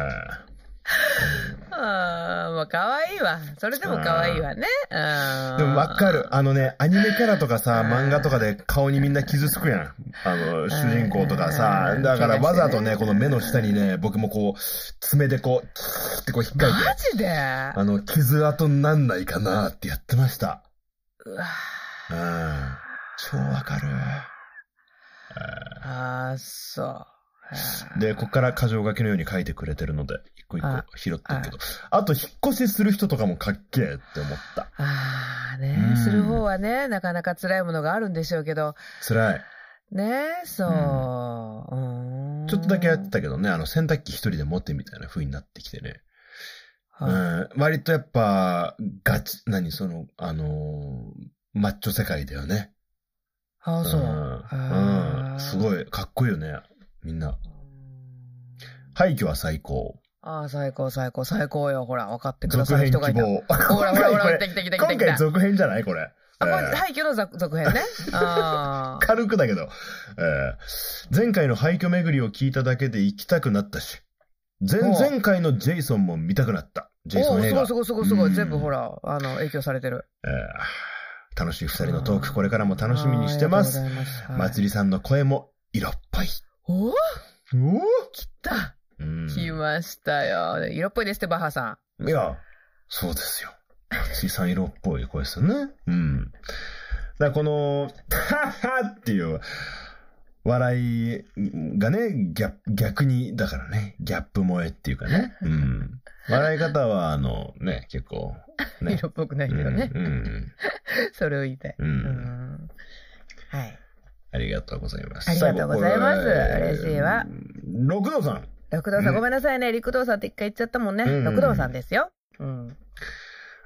S1: ああ、まあ可愛いわ。それでも可愛いわね。
S2: ー
S1: で
S2: でもわか。る。あのね、アニメキャラとかさ、漫画とかで顔にみんな傷つくやん。あの、主人公とかさ
S1: う。ん
S2: だからわざと
S1: う
S2: ね、
S1: ん
S2: この目の下にね、僕もこう、爪でこう、キーってこう引っかい
S1: マ
S2: て、
S1: ジで
S2: あの、傷跡になんないかなってやってました。
S1: うわ
S2: うん。超わかる。
S1: ああ、そう。あー
S2: で、こっから箇条書きのように書いてくれてるので、一個一
S1: あ
S2: 個拾ってるけど。あと、引っ越しする人とかもかっけえって思った。
S1: ああ、
S2: うん
S1: ね、する方はね、なかなか辛いものがあるんでしょうけど、
S2: 辛い。
S1: ね、そう。うーん
S2: ちょっとだけやってたけどね、あの、洗濯機一人で持ってみたいな風になってきてね。う
S1: はい
S2: ん、割とやっぱ、ガチ、何、その、あのーマッチョ世界だよね。
S1: ああ、そう。
S2: ん。うん。す
S1: い。
S2: ごい、かっこいいよね。みんな。廃墟は最高。
S1: ああ、最高、最高、最高よ。ほら、分かってくだ
S2: 続
S1: さる
S2: 編希
S1: 人がいた。
S2: 望。
S1: ほら、ほら、ほら、来た来
S2: 今
S1: た来た来た
S2: 回、今
S1: 来た
S2: 回。続編じゃないこれ。
S1: あ、これ、
S2: えー
S1: 廃墟の続続編ね。あ
S2: 軽くだけど、えー前回の廃墟巡りを聞いただけで行きたくなったし、前
S1: おう
S2: 前回のジェイソンも見たくなった。 ジェイ
S1: お
S2: ソ
S1: お
S2: ン映
S1: ー、
S2: 画。
S1: すごいすごいすごいすご
S2: う
S1: い。
S2: ん
S1: 全部ほら、あの、影響されてる。
S2: えー楽しい二人のトーク、これからも楽しみにしてます
S1: あー。ありがとうございます。はい
S2: まつりさんの声も色っぽい。
S1: おー
S2: お
S1: 来た
S2: うん
S1: 来ましたよ。色っぽいですって、バッハさ
S2: いや、そうですよ。松井さん色っぽい声ですよね。うん。だからこの、ははっていう、笑いがね、ギャ逆に、だからね、ギャップ萌えっていうかね。うん。笑い方は、あの、ね、結構、
S1: ん。
S2: ね。
S1: 色っぽくないけどね。
S2: うんうん。
S1: それを言いたい。
S2: うん
S1: うんはい。
S2: ありがとうございます。
S1: ありがとうございます
S2: 最後これ
S1: 嬉しいわ。
S2: 六道さん。
S1: 六道さん、ごめんなさいね。陸道さんって一回言っちゃったもんね。
S2: うん
S1: 六道さんですよ。うん。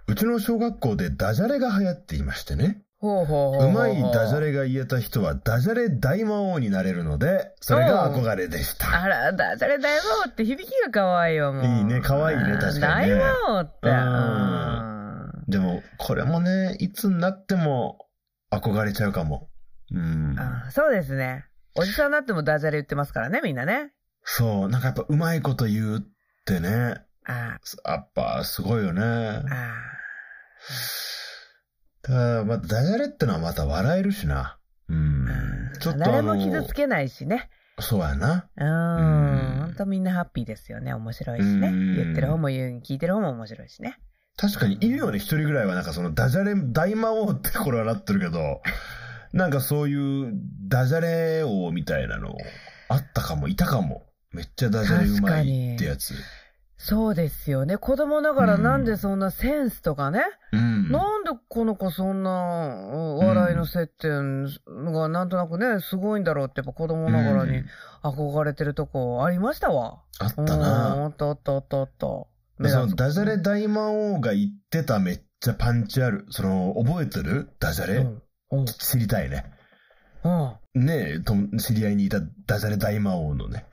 S2: うちの小学校でダジャレが流行っていましてね。
S1: ほうほうほうほう。
S2: うまいダジャ。レが言えた人はダジャレ大魔王になれるので、それが憧れでした。
S1: あら、ダジャレ大魔王って響きが可愛いよ、もう。
S2: いいね可愛いね確かにね
S1: 大魔王って。
S2: うん
S1: うん
S2: でも、これもね、いつになっても憧れちゃうかも。うん。
S1: あそうですね。おじさんになってもダジャレ言ってますからね、みんなね。
S2: そう、なんかやっぱうまいこと言うってね、
S1: あ
S2: やっぱすごいよね
S1: あ、。あ
S2: ただ、まあ、ダジャレってのはまた笑えるしな。うん
S1: あ。。
S2: ちょっとあ
S1: 誰
S2: の
S1: も、傷つけないしね。
S2: そうやな。
S1: うん。
S2: ん
S1: ほんとみんなハッピーですよね。面白いしね。
S2: うん
S1: 言ってる方も言う、聞いてる方も面白いしね。
S2: 確かにいるよね、一人ぐらいはなんかそのダジャレ、大魔王ってこれはなってるけど、なんかそういうダジャレ王みたいなのあったかも、いたかも。めっちゃダジャレうまいってやつ。
S1: そうですよね。子供ながらなんでそんなセンスとかね。
S2: うん。
S1: なんででこの子そんなうん笑いの接点がなんとなくね、すごいんだろうってやっぱ子供ながらに憧れてるとこありましたわ。
S2: あっ
S1: うん、
S2: たな。
S1: あったあったあったあった。
S2: でその
S1: 目立つ
S2: ダジャレ大魔王が言ってためっちゃパンチある。その、覚えてるダジャレ、
S1: うん。うん。
S2: 知りたいね。
S1: うん。
S2: ねえ、と知り合いにいたダジャレ大魔王のね。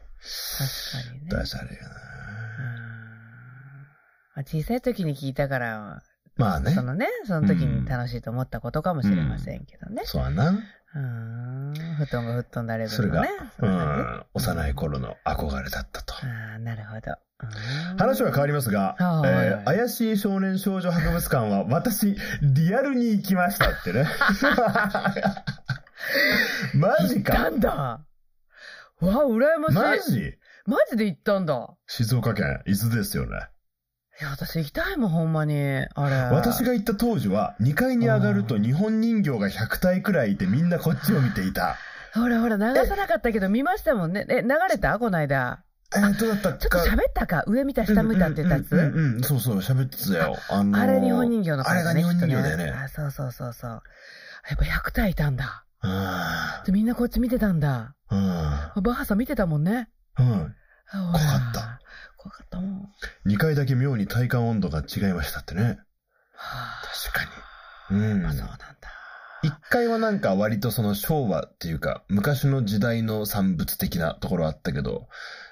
S1: 確かにね。
S2: ダジャレがな。
S1: うん小さい時に聞いたから、
S2: まあね
S1: そ。のね、その時に楽しいと思ったことかもしれませんけどね。
S2: そうやな。
S1: うん、布団が吹っ飛んだレベ
S2: そ
S1: ル
S2: れ
S1: の
S2: が
S1: ね。、そ
S2: うん
S1: な感じ
S2: ん、幼い頃の憧れだったと。
S1: ああ、なるほど。うん
S2: 話は変わりますが、え
S1: あはい
S2: ー怪しい少年少女博物館は私、リアルに行きましたってね。 マジ
S1: 行った
S2: か。
S1: んだわあ、羨ましい。
S2: マジ
S1: マジで行ったんだ。
S2: 静岡県、伊豆ですよね。
S1: いや、私行きたいもん、ほんまに。あれ。
S2: 私が行った当時は、2階に上がると日本人形が100体くらいいてみんなこっちを見ていた。
S1: ほらほら、流さなかったけど見ましたもんね。え、流れたこないだ。
S2: えー、どうだったか。
S1: ちょっと喋ったか上見た下見たって言ったや
S2: うんうん
S1: つ
S2: うんうん、そうそう、喋ってたよ。あのー
S1: あれ日本人形の
S2: あれ
S1: 声
S2: が
S1: だ
S2: 日
S1: ね、
S2: 本人形
S1: きっと
S2: だよね。
S1: あ、そうそうそうそう。やっぱ100体いたんだ。
S2: うん
S1: みんなこっち見てたんだ。
S2: うん
S1: バッハさん見てたもんね。
S2: うん。
S1: 怖
S2: 怖かった。
S1: 怖かったもん。は
S2: 2回だけ妙に体感温度が違いましたってね。
S1: あ、
S2: 確かに。うん。
S1: まあそうな
S2: 1
S1: んだ。
S2: 回はなんか割とその昭和っていうか、昔の時代の産物的なところあったけど、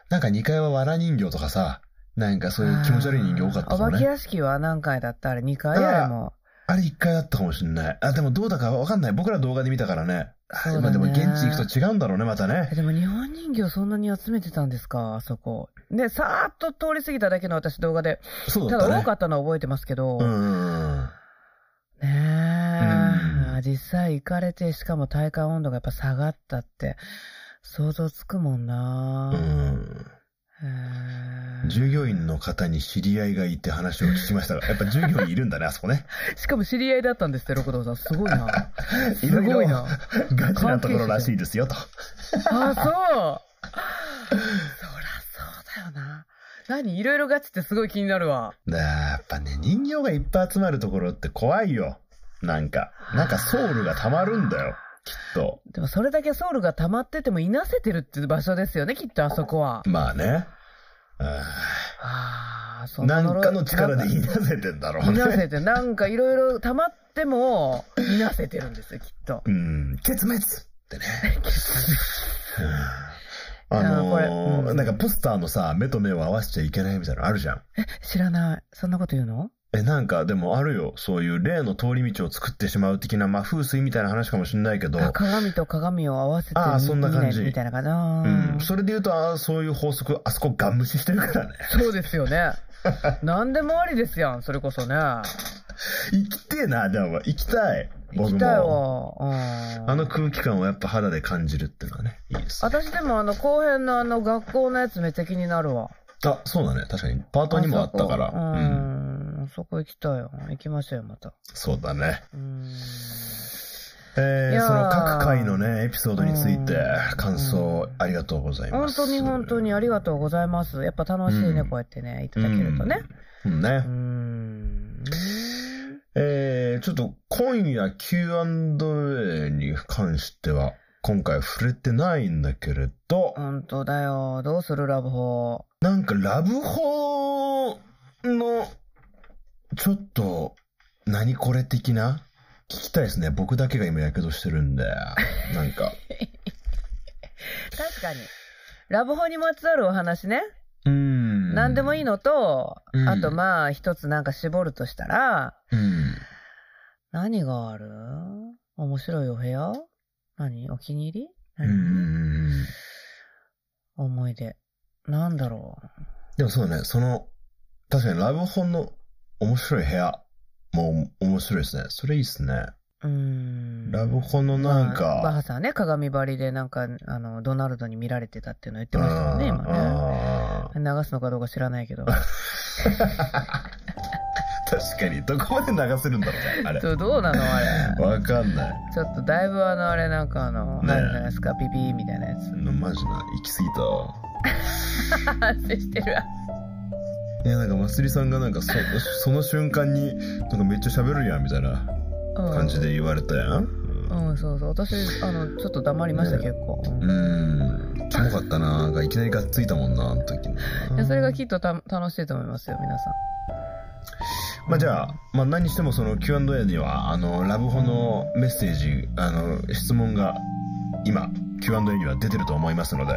S2: なんか2回は藁人形とかさ、なんかそういう気持ち悪い人形多かった
S1: あー
S2: か
S1: お
S2: も
S1: 化け
S2: ね。
S1: 屋敷は何回だったあれ2回やれも。
S2: あれ1回あったかもしんない。あ、でもどうだかわかんない。僕ら動画で見たからね。
S1: そうだね
S2: まあでも現地行くと違うんだろうね、またね
S1: え。でも日本人形そんなに集めてたんですかあそこ。ね、さーっと通り過ぎただけの私動画で。
S2: そうだ
S1: た
S2: ったね。
S1: だ多かったのは覚えてますけど。
S2: うんうんうん。
S1: ねえ、
S2: うん
S1: 実際行かれて、しかも体感温度がやっぱ下がったって、想像つくもんな
S2: うん
S1: へえ
S2: 従業員の方に知り合いがいて話を聞きましたが、やっぱ従業員いるんだね、あそこね。
S1: しかも知り合いだったんですって、六道さん。すごい な。 すごいな。
S2: ろろガチなところらしいですよ、と。
S1: あ、そう。そらそうだよな。何いろいろガチってすごい気になるわ。
S2: だやっぱね、人形がいっぱい集まるところって怖いよ。なんか、なんかソウルが溜まるんだよ、きっと。
S1: でもそれだけソウルが溜まっててもいなせてるっていう場所ですよね、きっとあそこは。
S2: まあね。あ
S1: ああ、
S2: ー
S1: そ
S2: なんかの力で
S1: い
S2: いなせてんだろう
S1: い
S2: ね
S1: な。せて、なんかいろいろ溜まっても、いなせてるんですよ、きっと。
S2: うん、結滅ってね。うん
S1: い
S2: あの
S1: やーこれ
S2: ー
S1: うん
S2: なんかポスターのさ、目と目を合わせちゃいけないみたいなのあるじゃん。
S1: 知らない。そんなこと言うの
S2: え、なんか、でもあるよ。そういう例の通り道を作ってしまう的な、まあ、風水みたいな話かもしれないけど、
S1: あ鏡と鏡を合わせて
S2: あーそんな感じ
S1: 見ないみたいな感じ。あ
S2: う
S1: ー
S2: ん。それで言うと、あーそういう法則、あそこガン無視してるからね。
S1: そうですよね。何でもありですやん、それこそね。
S2: 行きてえな、でも、行きたい。
S1: 行
S2: 僕
S1: きたい
S2: も。
S1: わ。うん
S2: あの空気感をやっぱ肌で感じるっていうのはね、いいですね。
S1: 私でもあの後編のあの学校のやつめっちゃ気になるわ。
S2: あ、そうだね。確かに、パートにもあったから。
S1: あ
S2: う。
S1: そこうんん。あそこ行きたいよ。行きましょうよ、また。
S2: そうだね。
S1: うん。
S2: え
S1: い
S2: ー、
S1: やー
S2: その各回のね、エピソードについて
S1: う、ん
S2: 感想ありがとうございま
S1: 本
S2: す。
S1: 当に本当にありがとうございます。やっぱ楽しいね、
S2: うん
S1: こうやってね、いただけるとね。
S2: うん。うんね
S1: う。ん。
S2: えー、ちょっと今夜 Q&A に関しては、今回触れてないんだけれど、
S1: 本当だよ。どうするラブホ
S2: なんかラブホの、ちょっと、何これ的な聞きたいですね。僕だけが今やけどしてる んで、なんか。
S1: 確かに。ラブホにまつわるお話ね。
S2: うん。
S1: 何でもいいのと、
S2: うん
S1: あとまあ一つなんか絞るとしたら、
S2: うん。
S1: 何がある面白いお部屋何お気に入り
S2: うん
S1: 何、
S2: うんうん。
S1: 思い出。なんだろ
S2: でもそうね、その、確かにラブホの面白い部屋も面白いですね。それいいですね。
S1: う。うーん。
S2: ラブホのなんか、
S1: まあバハさんはね、鏡張りでなんか、あの、ドナルドに見られてたっていうの言ってましたもんね、今ね。
S2: あー
S1: 流すのかどうか知らないけ ど。
S2: 確かに、どこまで流せるんだろうね、あれ。
S1: そうどうなのあ れ。
S2: わかんない。
S1: ちょっとだいぶあのあれなんかあの、
S2: ねえ
S1: あるじゃないですか、ピピーみたいなやつ。
S2: マジな、行き過ぎたわ。
S1: 反省してるわ。
S2: いやなんかまつりさんがなんかそ その瞬間になんかめっちゃ喋るやんみたいな
S1: うん
S2: 感じで言われたやん
S1: うん、そうそう。私、あの、ちょっと黙りました、
S2: ね
S1: 結構。う
S2: うんーんキモかったななんかいきなりがっついたもんなあの時
S1: いやそれが
S2: き
S1: きっとた楽しいと思いますよ、皆さん。
S2: まあじゃあ,、まあ何にしてもその Q&A にはあのラブホのメッセージあの質問が今 Q&A には出てると思いますので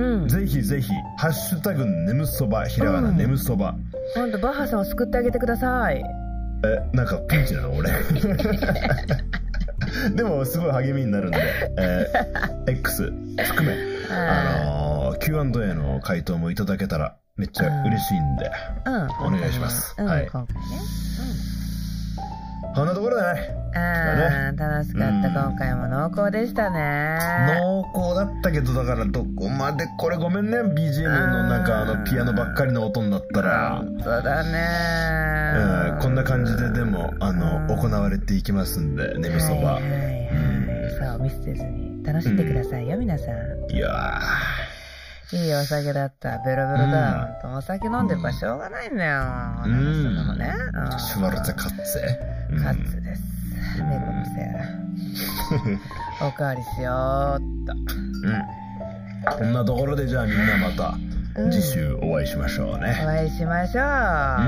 S1: うん。
S2: ぜひぜひ「ハッシュタグ眠そば」ひらがな
S1: うん
S2: 眠そば
S1: ほんと、バッハさんを救ってあげてください。
S2: えなんかピンチなの俺でもすごい励みになるんで、えー X 含め、
S1: は
S2: あのー Q&A の回答もいただけたらめっちゃ嬉しいんで、
S1: いうん。
S2: お願いします
S1: うん、
S2: はい
S1: 今回ね。
S2: こんなところだね
S1: うん。あー楽しかった、今回も濃厚でしたね。
S2: 濃厚だったけどだからどこまでこれごめんね BGM のなんかあのピアノばっかりの音になったら、
S1: 本当だ
S2: うん
S1: ね。
S2: こんな感じででもあの
S1: うん
S2: 行われていきますんで眠そば、
S1: はいはいはい。そう、ミスせずに楽しんでくださいよ、皆さん。
S2: い、や
S1: いいお酒だった。ベロベロだ。
S2: う
S1: ほ
S2: ん
S1: んとお酒飲んでるからしょうがないんだよ。
S2: うん
S1: 女の人でもね。うん
S2: ーシュワルツェカッツェ、うん
S1: カツ です。
S2: うん
S1: 猫のせい。おかわりしようっと。
S2: うんこんなところでじゃあみんなまた
S1: うん
S2: 次週お会いしましょう
S1: お
S2: ね、
S1: 会いしましょう。は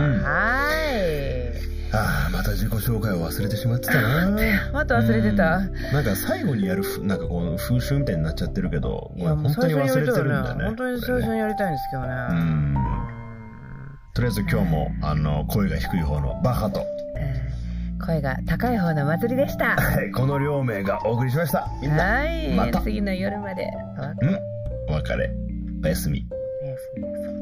S1: ーい。
S2: ああまた自己紹介を忘れてしまってたな
S1: また忘れてた
S2: うんなんか最後にやるふなんかこう風習みたいになっちゃってるけどこれ本当に忘れてるんだよね
S1: 本当に
S2: こ
S1: 最
S2: れ
S1: 初に
S2: ね
S1: やりたいんですけどね。
S2: うんとりあえず今日もあの声が低い方のバカと、
S1: う ん声が高い方の祭りでした。は
S2: はい、この両名がお送りしましたみんな
S1: ーい、
S2: また
S1: 次の夜まで。
S2: うんお別れおやすみ
S1: おやすみなさい